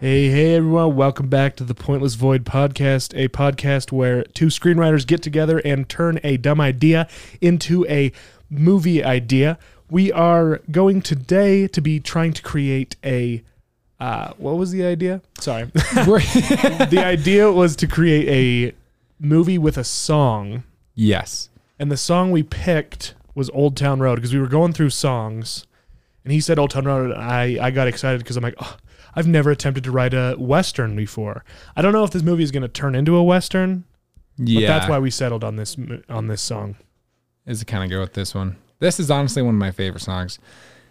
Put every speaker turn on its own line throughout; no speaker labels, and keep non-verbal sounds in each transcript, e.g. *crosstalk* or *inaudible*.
Hey, hey, everyone. Welcome back to the Pointless Void podcast, a podcast where two screenwriters get together and turn a dumb idea into a movie idea. We are going today to be trying to create a. Uh, what was the idea? Sorry. the idea was to create a movie with a song.
*laughs* Yes.
And the song we picked was Old Town Road because we were going through songs. And he said Old Town Road. And I, I got excited because I'm like, oh, I've never attempted to write a Western before. I don't know if this movie is going to turn into a Western, but
Yeah.
that's why we settled on this mo- on this song.
is to kind of go with this one. This is honestly one of my favorite songs.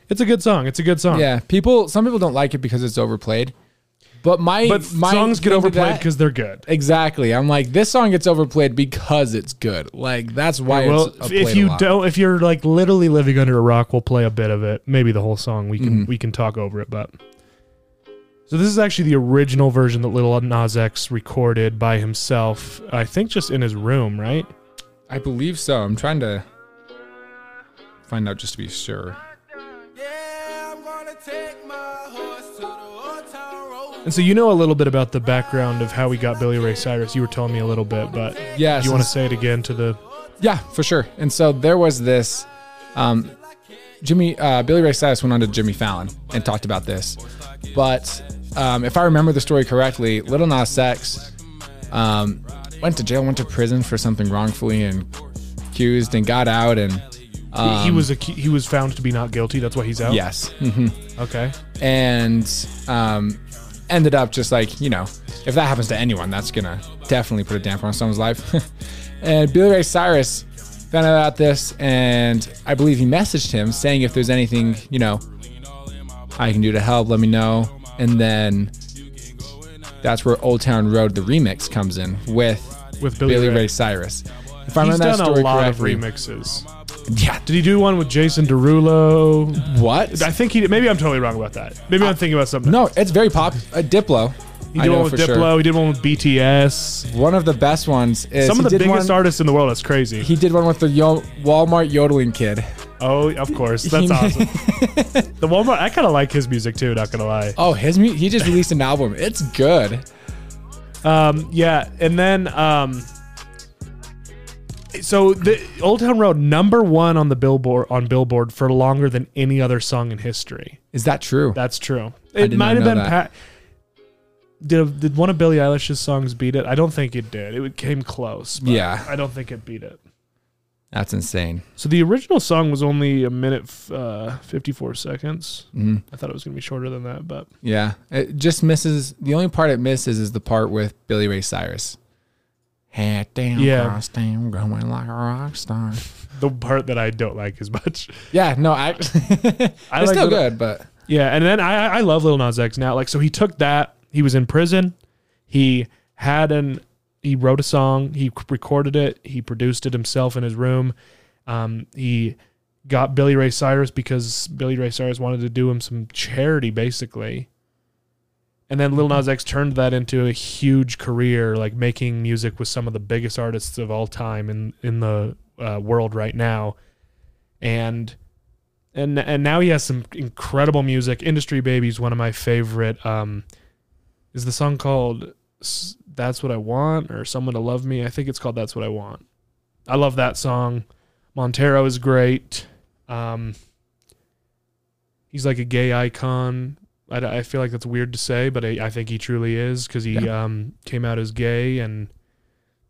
It's a good song. It's a good song.
Yeah. People. Some people don't like it because it's overplayed. But my
But
my
songs get
thing to
overplayed
that-
because they're good.
exactly. I'm like this song gets overplayed because it's good. Like that's why.
Well,
it's
if-
played
if
a
you
lot.
don't, if you're like literally living under a rock, we'll play a bit of it. Maybe the whole song. We can
Mm-hmm.
we can talk over it, but. So this is actually the original version that Little Nas X recorded by himself. I think just in his room, right?
I believe so. I'm trying to find out just to be sure.
Yeah, I'm gonna take my horse to the old town road.
And so you know a little bit about the background of how we got Billy Ray Cyrus. You were telling me a little bit, but
Yeah.
you want to
since-
say it again to the
Yeah, for sure. And so there was this. Um, Jimmy uh, Billy Ray Cyrus went on to Jimmy Fallon and talked about this, but um, if I remember the story correctly, Little Nas X um, went to jail, went to prison for something wrongfully and accused, and got out. And um,
he was a, he was found to be not guilty. That's why he's out.
yes, hmm
Okay.
and um, ended up just like you know, if that happens to anyone, that's gonna definitely put a damper on someone's life. *laughs* and Billy Ray Cyrus found out about this, and I believe he messaged him saying if there's anything you know I can do to help, let me know. And then that's where Old Town Road, the remix, comes in with
With Billy,
Billy,
Ray.
Ray. Cyrus. If I
He's
remember
done
that
a
story
lot
correctly,
of remixes.
yeah.
Did he do one with Jason Derulo?
What?
I think he. did- Maybe I'm totally wrong about that. Maybe I'm thinking about something.
no, it's very pop. Uh, Diplo.
he
I
did
know
one with
for sure.
Diplo. He did one with BTS.
One of the best ones is
Some
he
of the
did
biggest
one,
artists in the world. That's crazy.
He did one with the yo- Walmart yodeling kid.
oh, of course. That's
He-
awesome.
*laughs*
The Walmart. I kind of like his music too. Not gonna lie.
Oh, his mu- he just released an album. It's good.
Um, yeah, and then um, so the Old Town Road number one on the Billboard on Billboard for longer than any other song in history.
Is that true?
That's true.
did
It
not
might have
know
been
that.
Pat. Did, did one of Billie Eilish's songs beat it? I don't think it did. It came close. But
Yeah.
I don't think it beat it.
That's insane.
So the original song was only a minute f- uh, fifty four seconds. I thought it was going to be shorter than that, but
Yeah, it just misses. The only part it misses is the part with Billy Ray Cyrus. Head down,
Yeah.
cross down, going like a
*laughs*
rock star.
the part that I don't like as much.
Yeah, no, I. *laughs*
I
it's
like that-
still good, but
Yeah, and then I I- I love Lil Nas X now. Like so he took that, he was in prison, he had an he wrote a song, he recorded it, he produced it himself in his room. Um he got Billy Ray Cyrus because Billy Ray Cyrus wanted to do him some charity basically. And then Lil Nas X turned that into a huge career, like making music with some of the biggest artists of all time in in the uh, world right now. And and and now he has some incredible music. Industry Baby's one of my favorite. Um, is the song called S- "That's What I Want" or "Someone to Love Me"? I think it's called "That's What I Want." I love that song. Montero is great. Um, he's like a gay icon. I, d- I feel like that's weird to say, but I, I think he truly is because he um, came out as gay and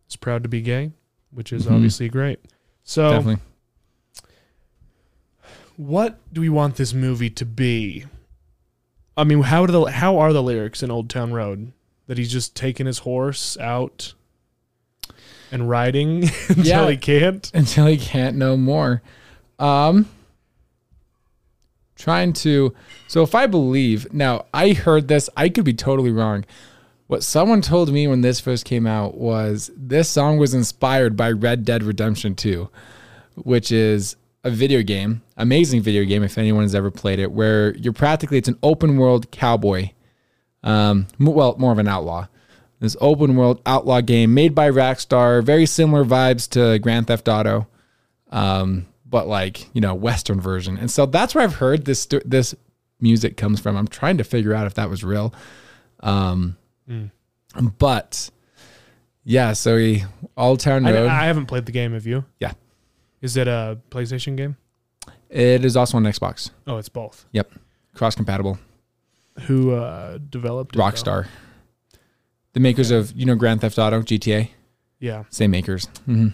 is proud to be gay, which is
Mhm.
obviously great. So
definitely.
what do we want this movie to be? I mean, how do the how are the lyrics in Old Town Road that he's just taking his horse out and riding *laughs* until
Yeah.
he can't?
*laughs* until he can't no more. Um, trying to. So if I believe now, I heard this. I could be totally wrong. What someone told me when this first came out was this song was inspired by Red Dead Redemption 2, which is a video game, amazing video game if anyone has ever played it, where you're practically it's an open world cowboy. Um, m- well, more of an outlaw this open world outlaw game made by Rockstar, very similar vibes to Grand Theft Auto, um, but like you know Western version. And so that's where I've heard this sto- this music comes from. I'm trying to figure out if that was real, Um,
Hmm.
But yeah, so he All Town
I,
Road.
I haven't played the game. Have you?
Yeah.
Is it a PlayStation game?
it is also on Xbox.
Oh, it's both.
Yep, cross compatible.
Who uh, developed it, though?
Rockstar, the makers of you know Grand Theft Auto, GTA,
Yeah.
same makers. Mm-hmm.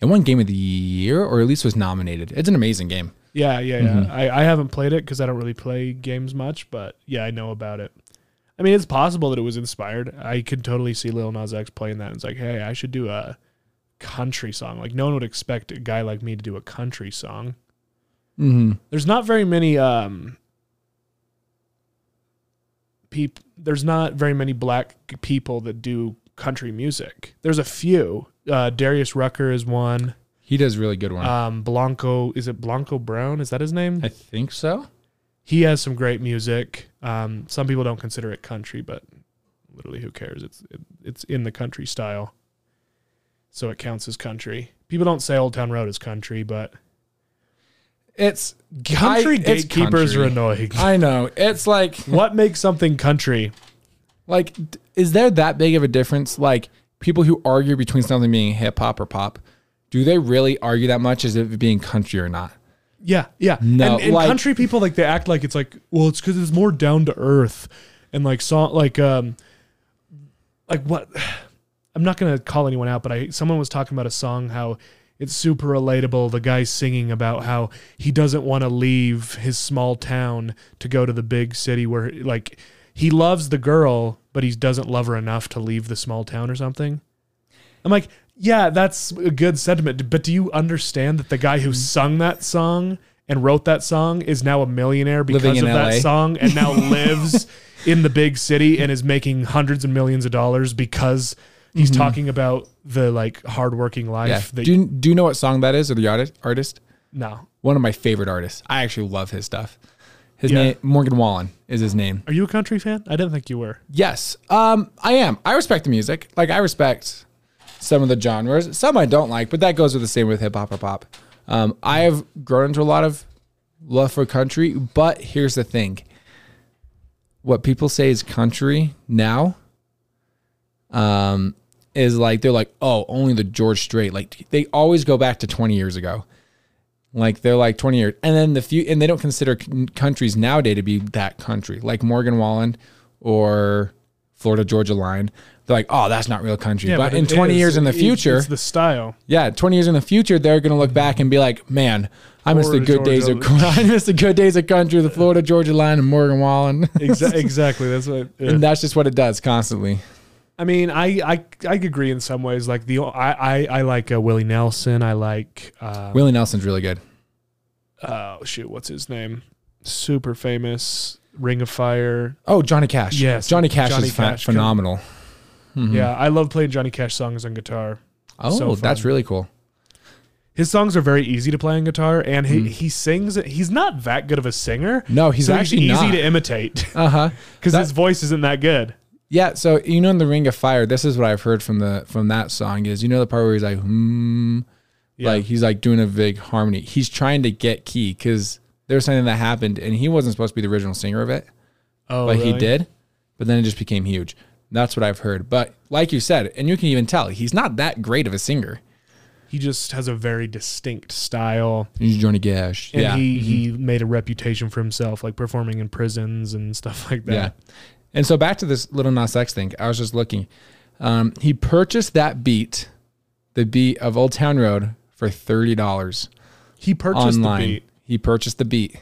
It won Game of the Year, or at least was nominated. It's an amazing game.
Yeah, yeah, yeah. I, I haven't played it because I don't really play games much, but yeah, I know about it. I mean, it's possible that it was inspired. I could totally see Lil Nas X playing that and it's like, hey, I should do a country song. Like, no one would expect a guy like me to do a country song.
Mm-hmm.
There's not very many um peop there's not very many black people that do country music. There's a few. Uh Darius Rucker is one.
He does really good one.
Um Blanco is it Blanco Brown? Is that his name?
I think so.
he has some great music. Um, some people don't consider it country, but literally, who cares? It's it, it's in the country style, so it counts as country. People don't say Old Town Road is country, but
It's
country
I- it's
gatekeepers
country.
are annoying. *laughs*
I know. It's like
what makes something country?
like d- is there that big of a difference like people who argue between something being hip hop or pop do they really argue that much as if it being country or not?
Yeah, yeah.
No,
and, and
like-
country people like they act like it's like well, it's because it's more down to earth, and like song like um like what I'm not gonna call anyone out, but I someone was talking about a song how it's super relatable. The guy's singing about how he doesn't want to leave his small town to go to the big city where like he loves the girl, but he doesn't love her enough to leave the small town or something. I'm like, yeah, that's a good sentiment, but do you understand that the guy
Mm-hmm.
who sung that song and wrote that song is now a millionaire because
Living
of
in
that
LA.
song and
*laughs*
now lives in the big city and is making hundreds and millions of dollars because he's talking about the like hardworking
Mm-hmm. Yeah.
life that
Do you, do you know what song that is or the arti- artist?
no.
One of my favorite artists. I actually love his stuff. His
Yeah.
name Morgan Wallen is his name.
Are you a country fan? I didn't think you were.
Yes. Um I am. I respect the music. Like I respect some of the genres. Some I don't like, but that goes with the same with hip hop or pop. Um I have grown into a lot of love for country, but here's the thing. What people say is country now um is like they're like, "Oh, only the George Strait." Like they always go back to 20 years ago. Like they're like 20 years, and then the few, and they don't consider c- countries nowadays to be that country, like Morgan Wallen or Florida Georgia Line. They're like, oh, that's not real country. but,
but
in
it
20
is.
years in the
It-
future,
it's the
*laughs*
style.
yeah, 20 years in the future, they're going to look back and be like, man, I miss the
Florida
good days of,
Georgia-
*laughs* I miss the good days of country, the Florida Georgia Line and Morgan Wallen.
Exa- *laughs* exactly. That's what. yeah.
and that's just what it does constantly.
I mean, I, I I agree in some ways. Like the I I, I like uh, Willie Nelson. I like uh,
Willie Nelson's really good.
oh shoot, what's his name? Super famous Ring of Fire.
Oh, Johnny Cash.
Yes,
Johnny Cash
Johnny
is phen-
Cash.
phenomenal. Mm-hmm.
Yeah, I love playing Johnny Cash songs on guitar.
Oh,
So
that's
fun.
really cool.
His songs are very easy to play on guitar, and he, he sings. He's not that good of a singer.
Mm. No, he's
so
actually
easy
not.
to
*laughs*
imitate
Uh huh.
because his voice isn't that good.
Yeah, so you know in the Ring of Fire, this is what I've heard from the from that song is you know the part where he's like hmm, like he's like doing a big harmony. He's trying to get key because there was something that happened and he wasn't supposed to be the original singer of it,
Oh,
but he
really?
did. But then it just became huge. That's what I've heard. But like you said, and you can even tell he's not that great of a singer.
He just has a very distinct style,
He's Johnny Cash.
and
yeah,
he he made a reputation for himself, like performing in prisons and stuff *laughs* like that.
yeah. And so back to this little Nas X thing. I was just looking. Um, he purchased that beat, the beat of Old Town Road, for thirty dollars.
He purchased
online.
the beat.
He purchased the beat,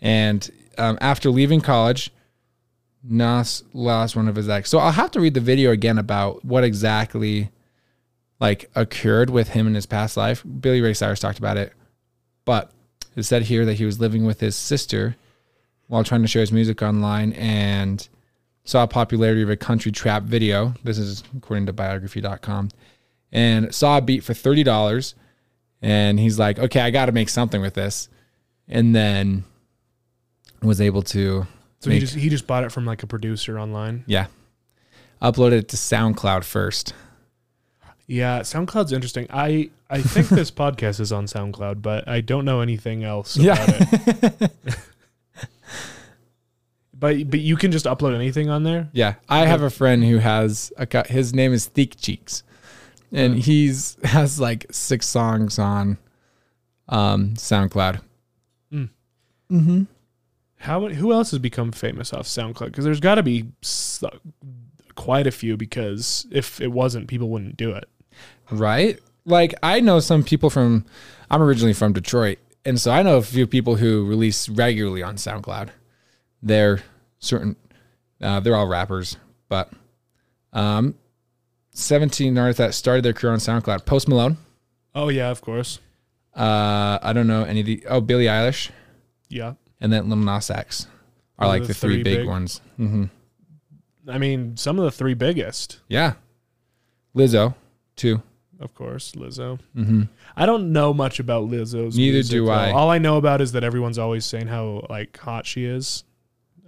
and um, after leaving college, Nas lost one of his ex. So I'll have to read the video again about what exactly like occurred with him in his past life. Billy Ray Cyrus talked about it, but it said here that he was living with his sister while trying to share his music online and saw popularity of a country trap video. This is according to biography.com. And saw a beat for thirty dollars and he's like, "Okay, I got to make something with this," and then was able to,
So he just he just bought it from like a producer online.
yeah, upload it to SoundCloud first.
Yeah, SoundCloud's interesting. I I think *laughs* this podcast is on SoundCloud, *laughs* but I don't know anything else. About
Yeah.
it. But but you can just upload anything on there.
Yeah, I have a friend who has a co- his name is Thick Cheeks,
Uh.
and he's *laughs* has like six songs on um SoundCloud.
How who else has become famous off SoundCloud? Because there's got to be s- uh, quite a few. Because if it wasn't, people wouldn't do it.
Right? Like I know some people from I'm originally from Detroit, and so I know a few people who release regularly on SoundCloud. They're certain uh, they're all rappers, but um 17 artists that started their career on SoundCloud. Post Malone.
Oh yeah, of course.
Uh I don't know any of the oh Billie Eilish
Yeah.
and then Lil Nas X are like the, three, big, ones. hmm
I mean, some of the three biggest,
Yeah. Lizzo, too.
of course, Lizzo. Mm-hmm. I don't know much about Lizzo's.
Neither
music,
do
though.
I.
All I know about is that everyone's always saying how like hot she is.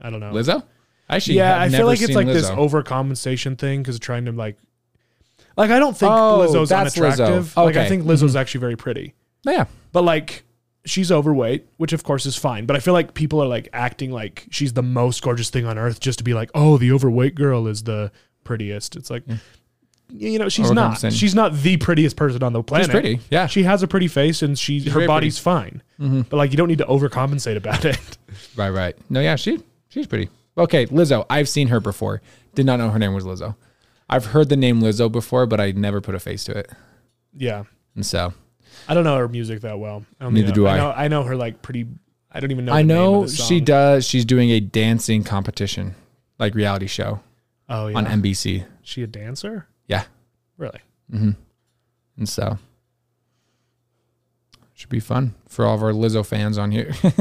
I don't know.
Lizzo? Actually,
Oh. yeah,
have
I
never
feel like it's
seen
like this
Lizzo.
overcompensation thing because trying to like, like I don't think
Oh,
Lizzo's
that's Lizzo.
unattractive. Like I
Okay. Mm-hmm.
think Lizzo's actually very pretty,
yeah.
but like she's overweight, which of course is fine. But I feel like people are like acting like she's the most gorgeous thing on earth just to be like, oh, the overweight girl is the prettiest. It's like. You know she's not.
Overcompensation.
She's not the prettiest person on the planet.
pretty, yeah.
she has a pretty face and she her
very Mm-hmm.
body's fine. But like you don't need to overcompensate about *laughs* it.
Right, right. No, yeah, she she's pretty. Okay, Lizzo. I've seen her before. Did not know her name was Lizzo. I've heard the name Lizzo before, but I never put a face to it.
yeah,
And so
I don't know her music that well. I don't
Neither
know.
do I.
Know, I know her like pretty. I don't even know.
I
the name of
know
the
she
song.
does. She's doing a dancing competition, like reality show
Oh yeah,
on NBC.
she a dancer?
Yeah,
Really?
and so should be fun for all of our Lizzo fans on here. *laughs*
There's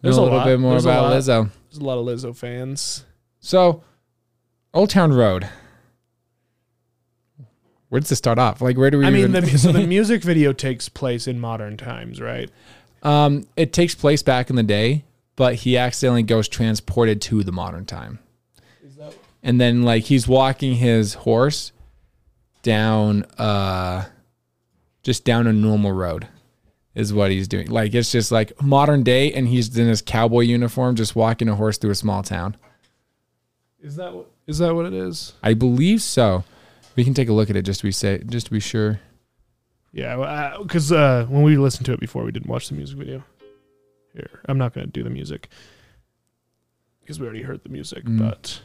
There's
a
a little
lot.
bit more
There's a
about
lot.
Lizzo.
There's a lot of Lizzo fans.
So, Old Town Road. Where does it start off? Like, where do we?
I mean,
even- *laughs*
the, so the music video takes place in modern times, right?
Um, it takes place back in the day, but he accidentally goes transported to the modern time. And then like he's walking his horse down uh just down a normal road is what he's doing. Like it's just like modern day and he's in his cowboy uniform just walking a horse through a small town.
Is that what? Is that what it is?
I believe so. We can take a look at it just to be say just to be sure.
Yeah, because uh, when we listened to it before, we didn't watch the music video. Here, I'm not gonna do the music because we already heard the music,
Mm.
but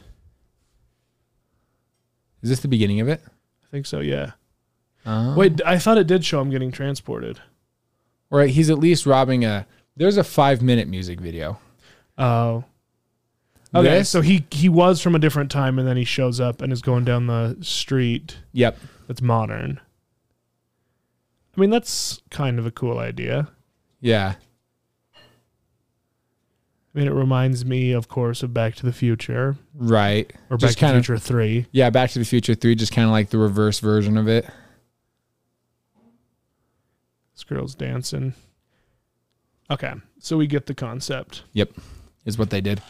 Is this the beginning of it?
I think so. Yeah.
Uh,
Wait, I thought it did show him getting transported.
or he's at least robbing a there's a 5 minute music video.
Oh. Okay,
This-
so he he was from a different time, and then he shows up and is going down the street
Yep.
that's modern. I mean, that's kind of a cool idea.
Yeah.
I mean, it reminds me, of course, of Back to the Future
Right.
or
Just
Back to
kinda-
the Future Three.
Yeah, Back to the Future 3, just kind of like the reverse version of it.
This girl's dancing. Okay, so we get the concept.
Yep. Is what they did.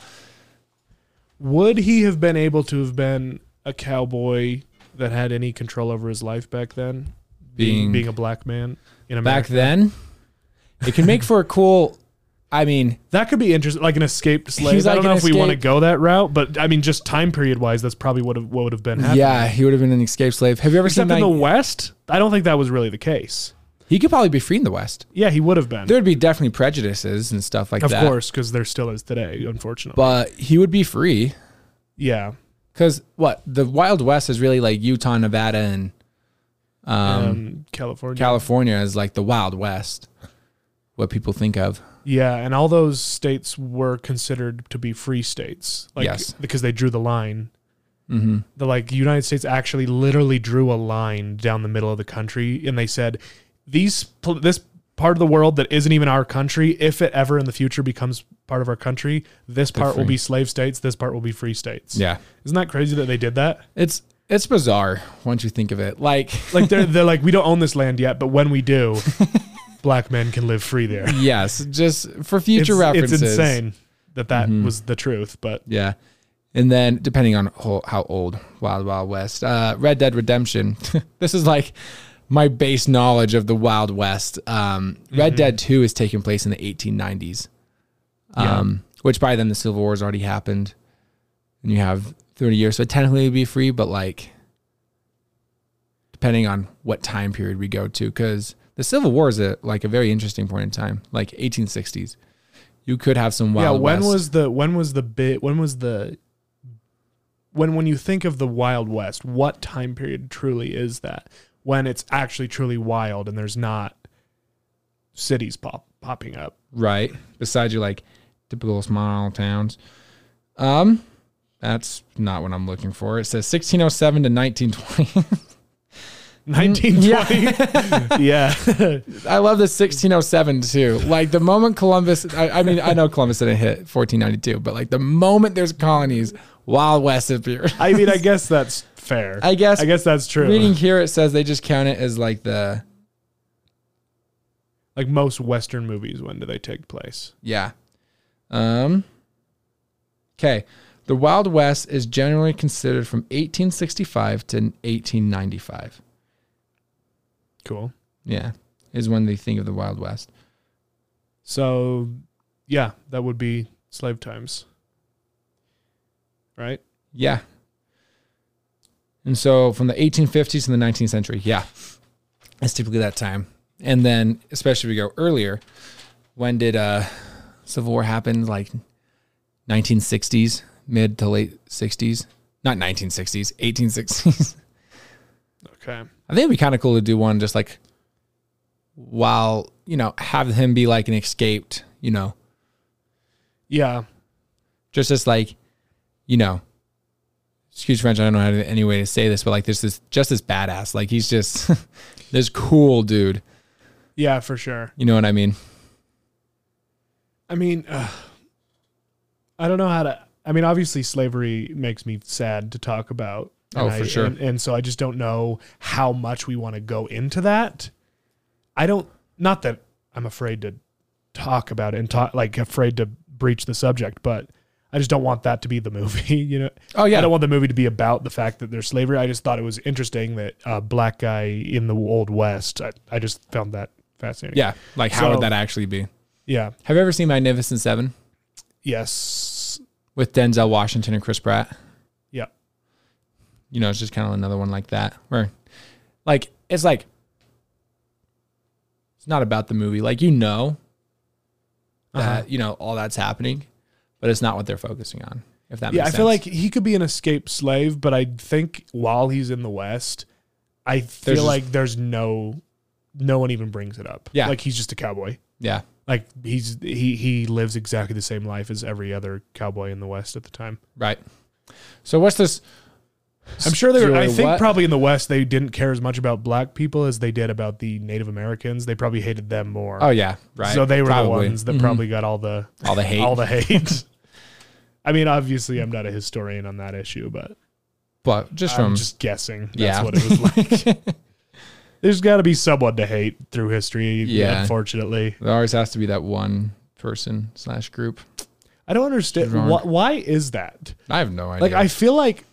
Would he have been able to have been a cowboy that had any control over his life back then?
Being,
being a black man in
back
America,
then, it can make for a cool. I mean,
That could be interesting, like an escaped slave.
He's
I
like
don't know
an
if we want to
escaped-
go that route, but I mean, just time period wise, that's probably what what would have been happening.
yeah, he would have been an escaped slave. Have you ever
except
seen
in
like,
the West, I don't think that was really the case.
He could probably be free in the West.
Yeah, he would have been,
There would be definitely prejudices and stuff like
of
that.
course, because there still is today, unfortunately.
But he would be free
yeah,
because what? The Wild West is really like Utah, Nevada, and
um,
um,
California.
California is like the Wild West, what people think of.
yeah, and all those states were considered to be free states, like
Yes. Mm-hmm.
because they drew the line. The like United States actually literally drew a line down the middle of the country, and they said these pl- this part of the world that isn't even our country, if it ever in the future becomes part of our country, this part will
free.
be slave states, this part will be free states.
Yeah.
isn't that crazy that they did that?
It's. It's bizarre once you think of it. Like,
Like they're they're like we don't own this land yet, but when we
*laughs*
do, black men can live free there.
Yes, just for future references. Mm-hmm.
insane that that was the truth, but
Yeah. And then depending on ho- how old Wild Wild West, uh, Red Dead Redemption. *laughs* this is like my base
Mm-hmm.
knowledge of the Wild West. Um, Red Dead 2 is taking place in the 1890s.
Yeah.
Um, which by then the Civil War's already happened, and you have 30 years, so technically it'd be free, but like depending on what time period we go to, because the Civil War is a like a very interesting point in time, like 1860s. You could have some wild.
yeah, when
West.
was the when was the bit when was the when when you think of the Wild West, what time period truly is that? When it's actually truly wild and there's not cities pop popping up.
right? Besides your like typical small towns. Um, that's not what I'm looking for. It says 1607 to 1920. Mm,
1920. Yeah.
*laughs* I love the 1607 too. Like the moment Columbus, I, I mean, I know Columbus didn't hit 1492, but like the moment there's colonies, Wild West appeared.
I mean, I guess that's fair.
I guess-
I guess that's true.
Reading here, it says they just count it as like the
Like most Western movies, when do they take place?
Yeah. Um Okay. The Wild West is generally considered from 1865 to 1895.
Cool.
Yeah. Is when they think of the Wild West.
So, yeah, that would be slave times. Right?
Yeah. And so from the 1850s to the 19th century. Yeah. It's typically that time. And then, especially if we go earlier, when did uh Civil War happen? Like 1960s, mid to late 60s. Not 1960s, 1860s.
Okay.
*laughs* I think it'd be kind of cool to do one just like while, you know, have him be like an escaped, you know,
Yeah.
just as like, you know, excuse French, I don't know how to, any way to say this, but like there's this just this badass. Like he's just *laughs* this cool dude.
Yeah, for sure.
You know what I mean?
I mean, uh, I don't know how to. I mean, obviously, slavery makes me sad to talk about.
Oh,
And I-
for sure.
And, and so I just don't know how much we want to go into that. I don't. Not that I'm afraid to talk about it and talk like afraid to breach the subject, but I just don't want that to be the movie. *laughs* You know.
Oh yeah.
I don't want the movie to be about the fact that there's slavery. I just thought it was interesting that a black guy in the old west. I, I just found that fascinating.
yeah. Like how
So-
would that actually be?
Yeah.
Have you ever seen Magnificent Seven
Yes.
with Denzel Washington and Chris Pratt?
Yeah.
You know, it's just kind of another one like that where like it's like it's not about the movie. Like you know that,
Uh-huh.
you know, all that's happening, but it's not what they're focusing on. If that
Yeah,
makes
I feel
sense.
like he could be an escaped slave, but I think while he's in the West, I feel
just-
like there's no no one even brings it up.
Yeah.
Like he's just a cowboy.
yeah.
Like he's he he lives exactly the same life as every other cowboy in the West at the time.
Right. So what's this?
I'm sure there. I
Zero
think
what?
probably in the West they didn't care as much about black people as they did about the Native Americans. They probably hated them more.
Oh yeah, right.
So they were
Probably.
the ones that probably got all the
all the hate.
all the hate. *laughs* I mean, obviously, I'm not a historian on that issue, but
but just
I'm
from
just guessing. That's
Yeah.
what it was like.
*laughs*
*laughs* There's got to be someone to hate through history.
Yeah.
Unfortunately,
there always has to be that one person slash group.
I don't understand
Wrong.
wh- why is that.
I have no idea.
Like, I feel like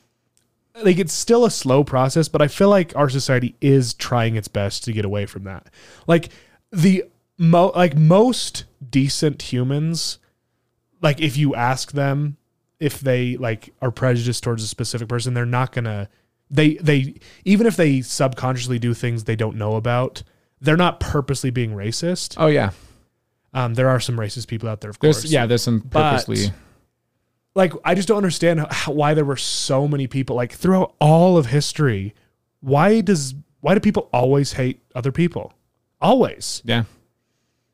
like it's still a slow process, but I feel like our society is trying its best to get away from that. Like the mo like most decent humans, like if you ask them if they like are prejudiced towards a specific person, they're not gonna they they even if they subconsciously do things they don't know about, they're not purposely being racist.
oh yeah,
Um, there are some racist people out there, of
there's
course.
yeah, there's some
But-
purposely.
like I just don't understand how, why there were so many people like throughout all of history. Why does why do people always hate other people? Always.
yeah,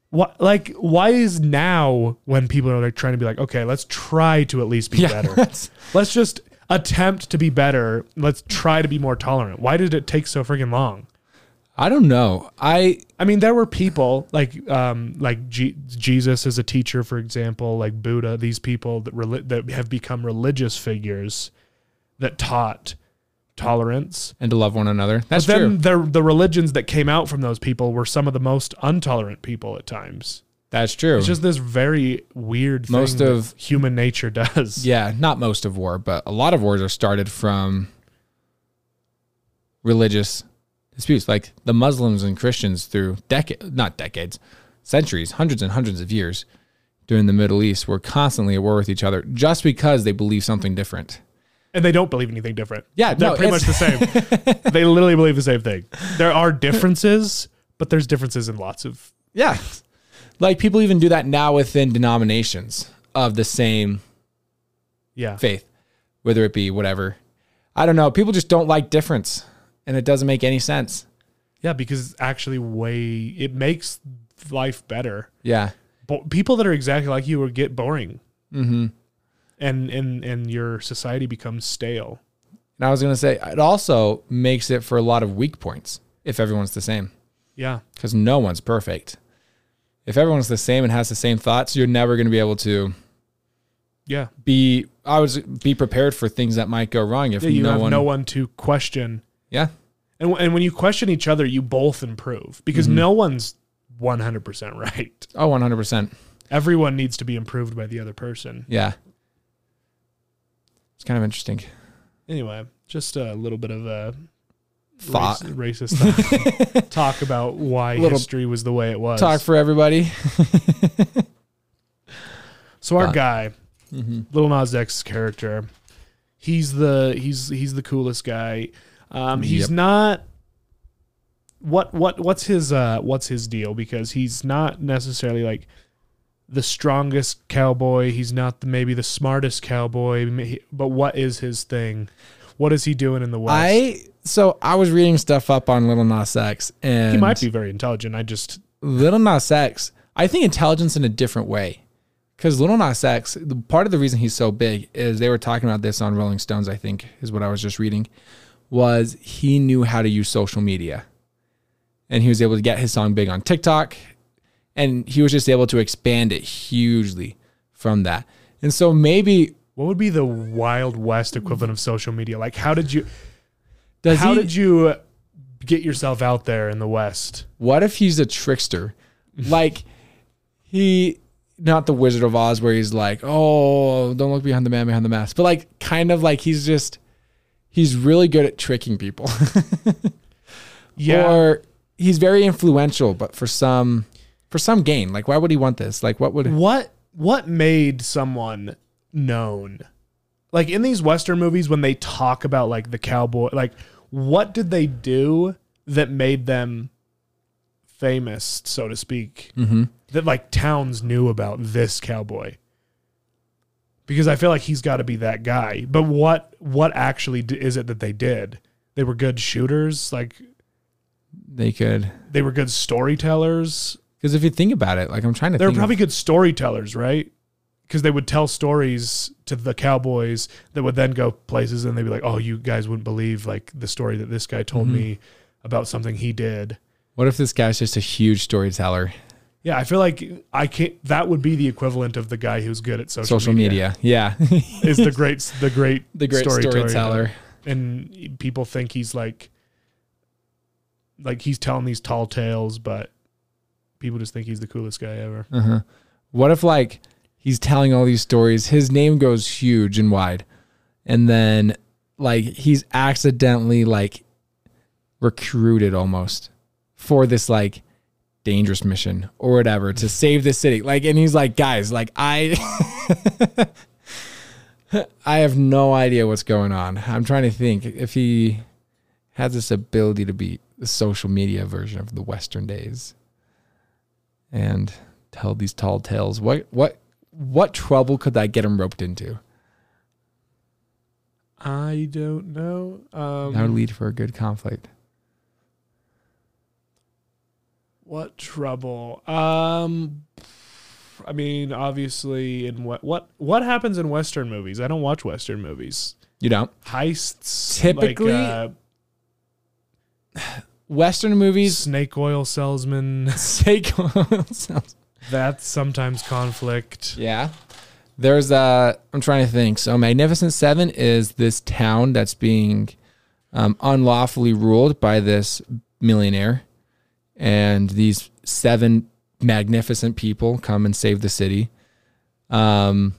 What like why is now when people are like trying to be like okay, let's try to at least be
yeah.
better.
that's-
let's just attempt to be better. Let's try to be more tolerant. Why did it take so freaking long?
*laughs* I don't know. I
I mean, there were people like um, like Je- Jesus as a teacher, for example, like Buddha. These people that reli- that have become religious figures that taught tolerance.
and to love one another. That's
Then
true.
there- the religions that came out from those people were some of the most intolerant people at times.
That's true.
It's just this very weird thing
Most
that
of-
human nature does.
yeah, not most of war, but a lot of wars are started from religious disputes, like the Muslims and Christians through decades, not decades, centuries, hundreds and hundreds of years during the Middle East were constantly at war with each other just because they believe something different.
and they don't believe anything different.
Yeah,
they're
no,
pretty much the same.
*laughs*
they literally believe the same thing. There are differences, but there's differences in lots of.
Yeah. *laughs* Like people even do that now within denominations of the same
Yeah,
faith, whether it be whatever. I don't know. People just don't like difference and it doesn't make any sense.
yeah, because it's actually way it makes life better.
Yeah.
Bo- people that are exactly like you will get boring, mm-hmm. and and and your society becomes stale.
And I was going to say, it also makes it for a lot of weak points if everyone's the same
Yeah,
because no one's perfect. If everyone's the same and has the same thoughts, you're never going to be able to
yeah.
be, I was be prepared for things that might go wrong if
yeah you
no,
have
one,
no one to question,
Yeah.
and w- and when you question each other, you both improve because
Mm-hmm.
no one's one hundred percent right.
Oh, 100%.
Everyone needs to be improved by the other person.
Yeah. It's kind of interesting.
Anyway, just a little bit of a
Thought.
rac- racist
*laughs*
talk, talk about why
Little
history was the way it was.
Talk for everybody.
so our
Fun.
guy,
Mm-hmm.
Little Nas X's character, he's the he's he's the coolest guy. Um, he's
Yep.
not. What what what's his uh what's his deal? Because he's not necessarily like the strongest cowboy. He's not the, maybe the smartest cowboy. ma- he- But what is his thing? What is he doing in the west?
I so I was reading stuff up on Little Nas X, and
he might be very intelligent. I just
Little Nas X. I think intelligence in a different way, because Little Nas X. The, part of the reason he's so big is they were talking about this on Rolling Stones. I think is what I was just reading. Was he knew how to use social media, and he was able to get his song big on TikTok, and he was just able to expand it hugely from that. And so maybe
What would be the Wild West equivalent of social media? Like, how did you?
does
how
he,
did you uh, get yourself out there in the West?
What if he's
*laughs*
a trickster? Like he not the Wizard of Oz where he's like, "Oh, don't look behind the man behind the mask." But like kind of like he's just he's really good at tricking people. *laughs*
Yeah,
or he's very influential, but for some for some gain. Like why would he want this? Like what would
what what made someone known? Like in these Western movies, when they talk about like the cowboy, like what did they do that made them famous, so to speak?
mm-hmm,
That like towns knew about this cowboy. Because I feel like he's got to be that guy. But what what actually d- is it that they did? They were good shooters. Like
they could
they were good storytellers.
because if you think about it, like I'm trying to
They were
think of-
probably good storytellers, right? Because they would tell stories to the cowboys that would then go places and they'd be like, oh, you guys wouldn't believe like the story that this guy told me about something he did.
what if this guy's just a huge storyteller?
Yeah, I feel like I can't. That would be the equivalent of the guy who's good at social,
Social
media.
media. Yeah.
*laughs*
*laughs*
Is the great, *laughs* the great,
the great
storyteller.
storyteller.
and people think he's like, like he's telling these tall tales, but people just think he's the coolest guy ever.
Uh-huh. What if like he's telling all these stories, his name goes huge and wide, and then like he's accidentally like recruited almost for this like dangerous mission or whatever to save the city. Like and he's like, guys, like I *laughs* I have no idea what's going on. I'm trying to think if he has this ability to be the social media version of the Western days and tell these tall tales. What what what trouble could that get him roped into?
I don't know. Um,
That would lead for a good conflict.
What trouble? Um, I mean, obviously, in what what what happens in Western movies? I don't watch Western movies.
You don't.
Heists,
Typically-
like,
Western
uh,
movies *laughs*
snake oil salesman. *laughs*
take *laughs*
That's sometimes conflict.
Yeah. There's uh I'm trying to think. So Magnificent 7 is this town that's being um, unlawfully ruled by this millionaire and these seven magnificent people come and save the city. Um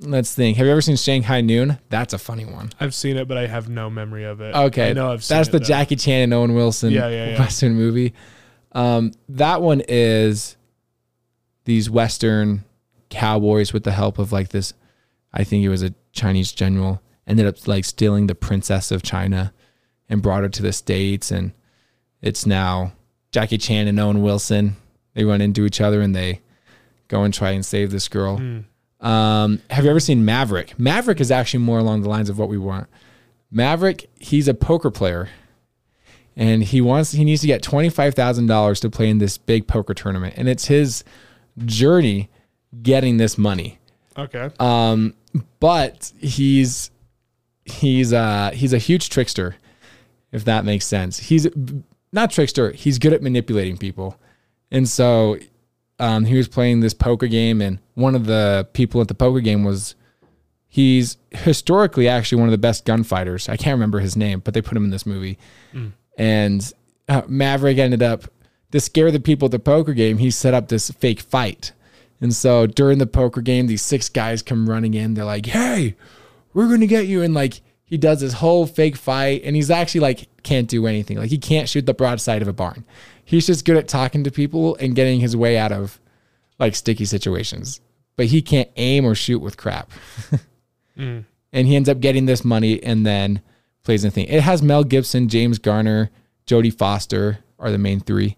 let's think. Have you ever seen Shanghai Noon? That's a funny one.
I've seen it, but I have no memory of it.
Okay,
I know I've seen
that's
it,
the
though.
Jackie Chan and Owen Wilson
Yeah, yeah, yeah.
Western movie. Um, that one is these Western cowboys with the help of like this I think it was a Chinese general ended up like stealing the princess of China and brought her to the states and it's now Jackie Chan and Owen Wilson they run into each other and they go and try and save this girl.
Hmm.
Um, have you ever seen Maverick? Maverick is actually more along the lines of what we want. Maverick, he's a poker player and he wants he needs to get $25,000 to play in this big poker tournament and it's his journey getting this money
Okay.
um, but he's he's uh he's a huge trickster if that makes sense he's not trickster he's good at manipulating people and so um, he was playing this poker game and one of the people at the poker game was he's historically actually one of the best gunfighters i can't remember his name but they put him in this movie and uh, Maverick ended up to scare the people at the poker game. He set up this fake fight, and so during the poker game, these six guys come running in. They're like, "Hey, we're gonna get you!" And like he does this whole fake fight, and he's actually like can't do anything. Like he can't shoot the broadside of a barn. He's just good at talking to people and getting his way out of like sticky situations, but he can't aim or shoot with crap. *laughs* And he ends up getting this money and then plays in the thing. It has Mel Gibson, James Garner, Jodie Foster are the main three.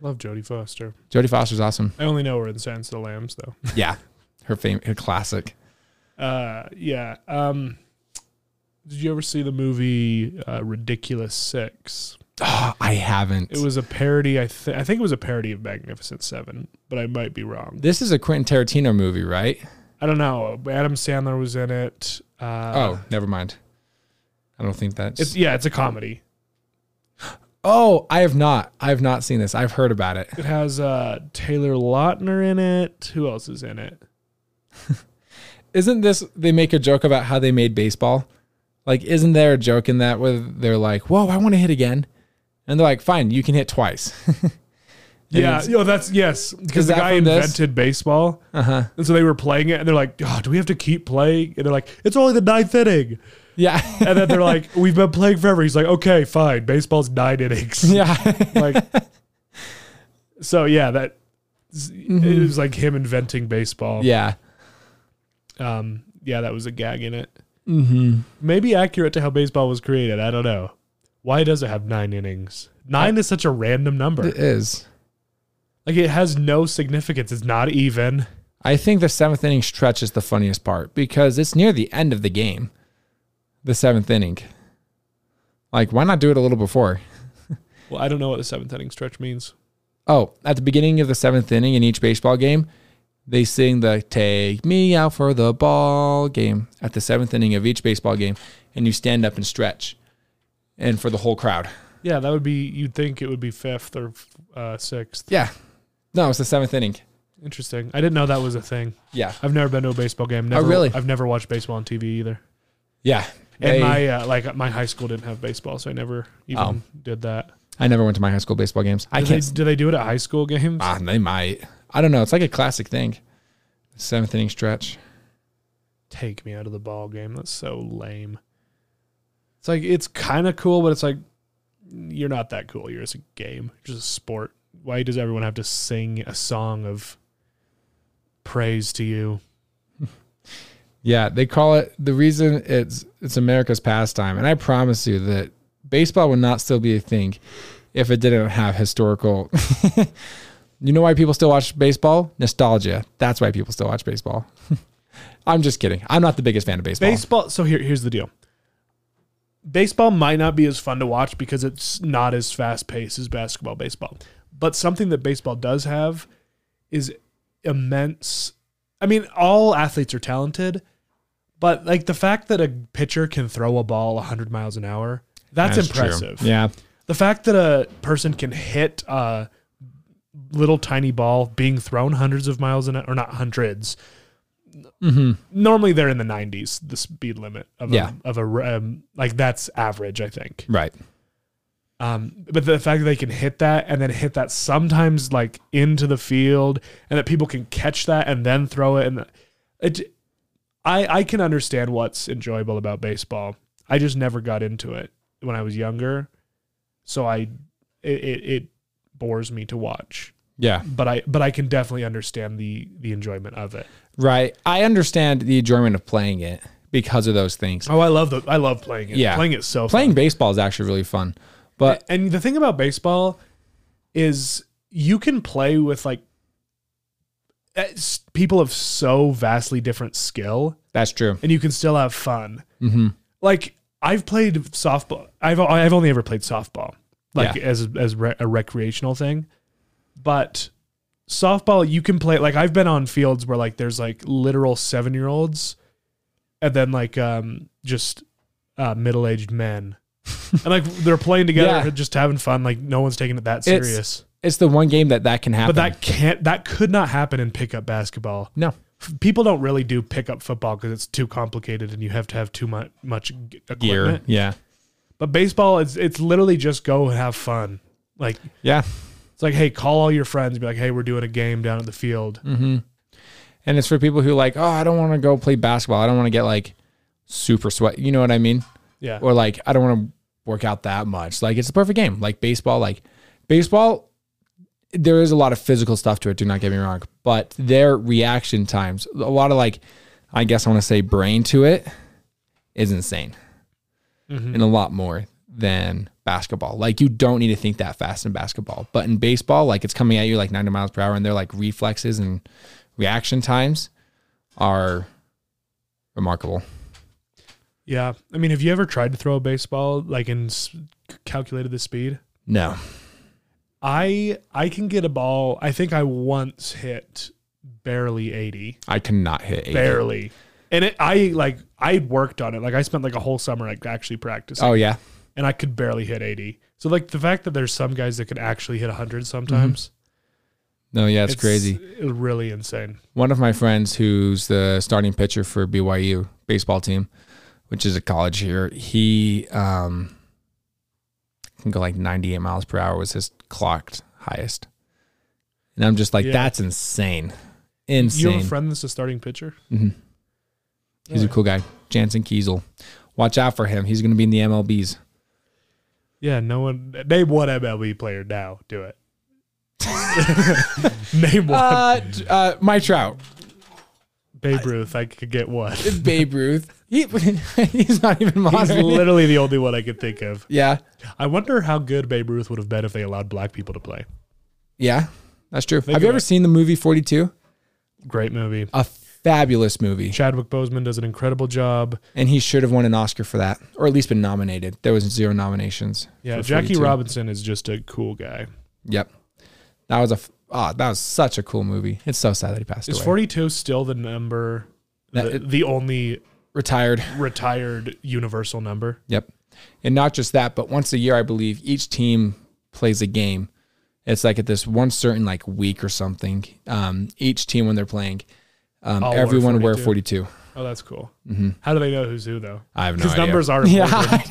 Love Jodie Foster.
Jodie Foster's awesome.
I only know her in Silence of the Lambs though.
*laughs*
*laughs*
Yeah. Her fame her classic.
Uh, yeah. Um, did you ever see the movie uh, Ridiculous Six?
*sighs* Oh, I haven't.
It was a parody. I think I think it was a parody of Magnificent Seven, but I might be wrong.
this is a Quentin Tarantino movie, right?
I don't know. Adam Sandler was in it. Uh,
*sighs* oh, never mind. I don't think that's
it's yeah, it's a comedy.
Oh, I have not. I have not seen this. I've heard about it.
It has uh, Taylor Lautner in it. Who else is in it?
Isn't this they make a joke about how they made baseball? Like, isn't there a joke in that where they're like, Whoa, I want to hit again? And they're like, Fine, you can hit twice. *laughs*
Yeah,
it's-
yo, that's yes, because the
that
guy
from this?
invented baseball, uh-huh. and so they were playing it, and they're like, oh, "Do we have to keep playing?" And they're like, "It's only the ninth inning,"
*laughs* yeah.
and then they're like, *laughs* "We've been playing forever." He's like, "Okay, fine, baseball's nine innings."
*laughs* yeah.
like, *laughs* so yeah, that it was like him inventing baseball.
yeah.
um, yeah, that was a gag in it. Mm-hmm. Maybe accurate to how baseball was created. I don't know. Why does it have nine innings? Nine is such a random number.
It is.
Like it has no significance. It's not even.
I think the seventh inning stretch is the funniest part because it's near the end of the game. The seventh inning. Like, why not do it a little before?
Well, I don't know what the seventh inning stretch means.
Oh, at the beginning of the seventh inning in each baseball game, they sing the "Take Me Out for the Ball" game at the seventh inning of each baseball game, and you stand up and stretch, and for the whole crowd.
Yeah, that would be. You'd think it would be fifth or uh, sixth.
Yeah, no, it's the seventh inning.
Interesting. I didn't know that was a thing.
Yeah,
I've never been to a baseball game. Never,
really?
I've never watched baseball on TV either.
yeah.
And
They-
my uh, like my high school didn't have baseball, so I never even
Oh.
did that.
I never went to my high school baseball games. I
Do
can't.
they, do they do it at high school games?
Ah, they might. I don't know. It's like a classic thing. Seventh inning stretch.
take me out of the ball game. That's so lame. It's like it's kind of cool, but it's like you're not that cool. You're just a game. You're just a sport. Why does everyone have to sing a song of praise to you?
Yeah, they call it the reason it's it's America's pastime, and I promise you that baseball would not still be a thing if it didn't have historical. *laughs* you know why people still watch baseball? Nostalgia. That's why people still watch baseball. *laughs* I'm just kidding. I'm not the biggest fan of baseball.
Baseball. So here, here's the deal. Baseball might not be as fun to watch because it's not as fast paced as basketball, baseball. But something that baseball does have is immense. I mean, all athletes are talented, but like the fact that a pitcher can throw a ball 100 miles an hour, that's,
true.
impressive.
Yeah.
The fact that a person can hit a little tiny ball being thrown hundreds of miles an hour, or not 100s Normally they're in the 90s, the speed limit of
Yeah.
a, of a um, like that's average, I think.
Right.
Um, but the fact that they can hit that and then hit that sometimes like into the field, and that people can catch that and then throw it, and it, I I can understand what's enjoyable about baseball. I just never got into it when I was younger, so I it it, it bores me to watch.
Yeah.
but I but I can definitely understand the the enjoyment of it.
Right. I understand the enjoyment of playing it because of those things.
Oh, I love the I love playing it.
Yeah.
playing it so
Playing baseball is actually really fun. But
And the thing about baseball is you can play with like it's- people of so vastly different skill,
that's true.
and you can still have fun. Mm-hmm. Like I've played softball. I've I've only ever played softball, like
Yeah.
as as re- a recreational thing, but softball you can play like I've been on fields where like there's like literal seven year olds, and then like um just uh, middle aged
*laughs*
men. and like they're playing together,
Yeah.
just having fun. Like no one's taking it that
It's-
serious.
It's the one game that that can happen.
but that can't. That could not happen in pickup basketball.
no.
F- People don't really do pickup football because it's too complicated and you have to have too much much g- equipment.
Yeah.
But baseball, it's it's literally just go and have fun. Like
Yeah.
it's like, hey, call all your friends. and Be like, hey, we're doing a game down at the field.
And it's for people who like, oh, I don't want to go play basketball. I don't want to get like super sweat. You know what I mean?
Yeah,
Or like, I don't want to work out that much. Like, it's the perfect game. Like baseball, like baseball, there is a lot of physical stuff to it. Do not get me wrong. But their reaction times, a lot of like, I guess I want to say brain to it is insane and a lot more than basketball. Like, you don't need to think that fast in basketball. But in baseball, like, it's coming at you like 90 miles per hour and their like reflexes and reaction times are remarkable.
yeah. I mean, have you ever tried to throw a baseball like and s- calculated the speed?
No.
I I can get a ball. I think I once hit barely eighty.
I cannot hit eight.
barely. And it, I like I worked on it. Like I spent like a whole summer like actually practicing,
Oh yeah,
and I could barely hit eighty. So like the fact that there's some guys that can actually hit hundred sometimes,
no, yeah, it's, Mm-hmm. crazy.
really insane.
One of my friends, who's the starting pitcher for BYU baseball team, which is a college here, he um, can go like 98 miles per hour was his clocked highest, and I'm just like,
Yeah.
that's insane,
You have
insane.
a friend that's a starting pitcher.
He's a cool guy, Jansen Kiesel. Watch out for him. He's going to be in the MLBs.
Yeah, no one name one MLB player now. Do it. *laughs* name one.
Uh, uh, Mike Trout,
Babe Ruth. I could get one.
Babe Ruth. He, *laughs* he's not even
He's *laughs*
modern.
literally the only one I could think of.
yeah,
I wonder how good Babe Ruth would have been if they allowed black people to play.
yeah, that's true. Have you
of
ever
it.
seen the movie 42?
Great movie.
a fabulous movie,
Chadwick Boseman does an incredible job.
and he should have won an Oscar for that, or at least been nominated. There was zero nominations.
Yeah,
for
Jackie
42.
Robinson is just a cool guy.
Yep, that was a f- ah, that was such a cool movie. It's so sad that he passed
Is
away.
42 still the number,
That-
the,
it-
the only
Retired.
retired universal number?
Yep, and not just that, but once a year, I believe each team plays a game. It's like at this one certain like week or something. Um, each team when they're playing, um,
All wear
everyone wear
42.
42.
Oh, that's cool. How do they know who's who though?
Mm-hmm. I have no
Because
idea.
numbers
*laughs*
are
Yeah,
important. *laughs*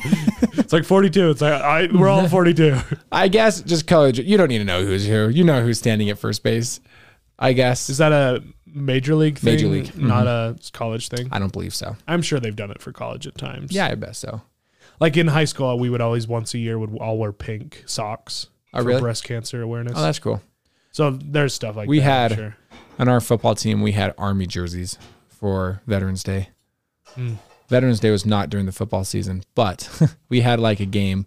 It's like 42. It's like I, we're all
*laughs*
42.
I guess just color. You don't need to know who's who. You know who's standing at first base. I guess
Is that a major league thing?
Major league. Mm-hmm.
not a college thing.
I don't believe so.
I'm sure they've done it for college at times.
Yeah, I bet so.
like in high school, we would always once a year would all wear pink socks
Oh,
for
really?
breast cancer awareness.
Oh, that's cool.
so there's stuff like
We
that, I'm
had-
sure.
On our football team, we had army jerseys for Veterans Day.
Hmm.
Veterans Day was not during the football season, but *laughs* we had like a game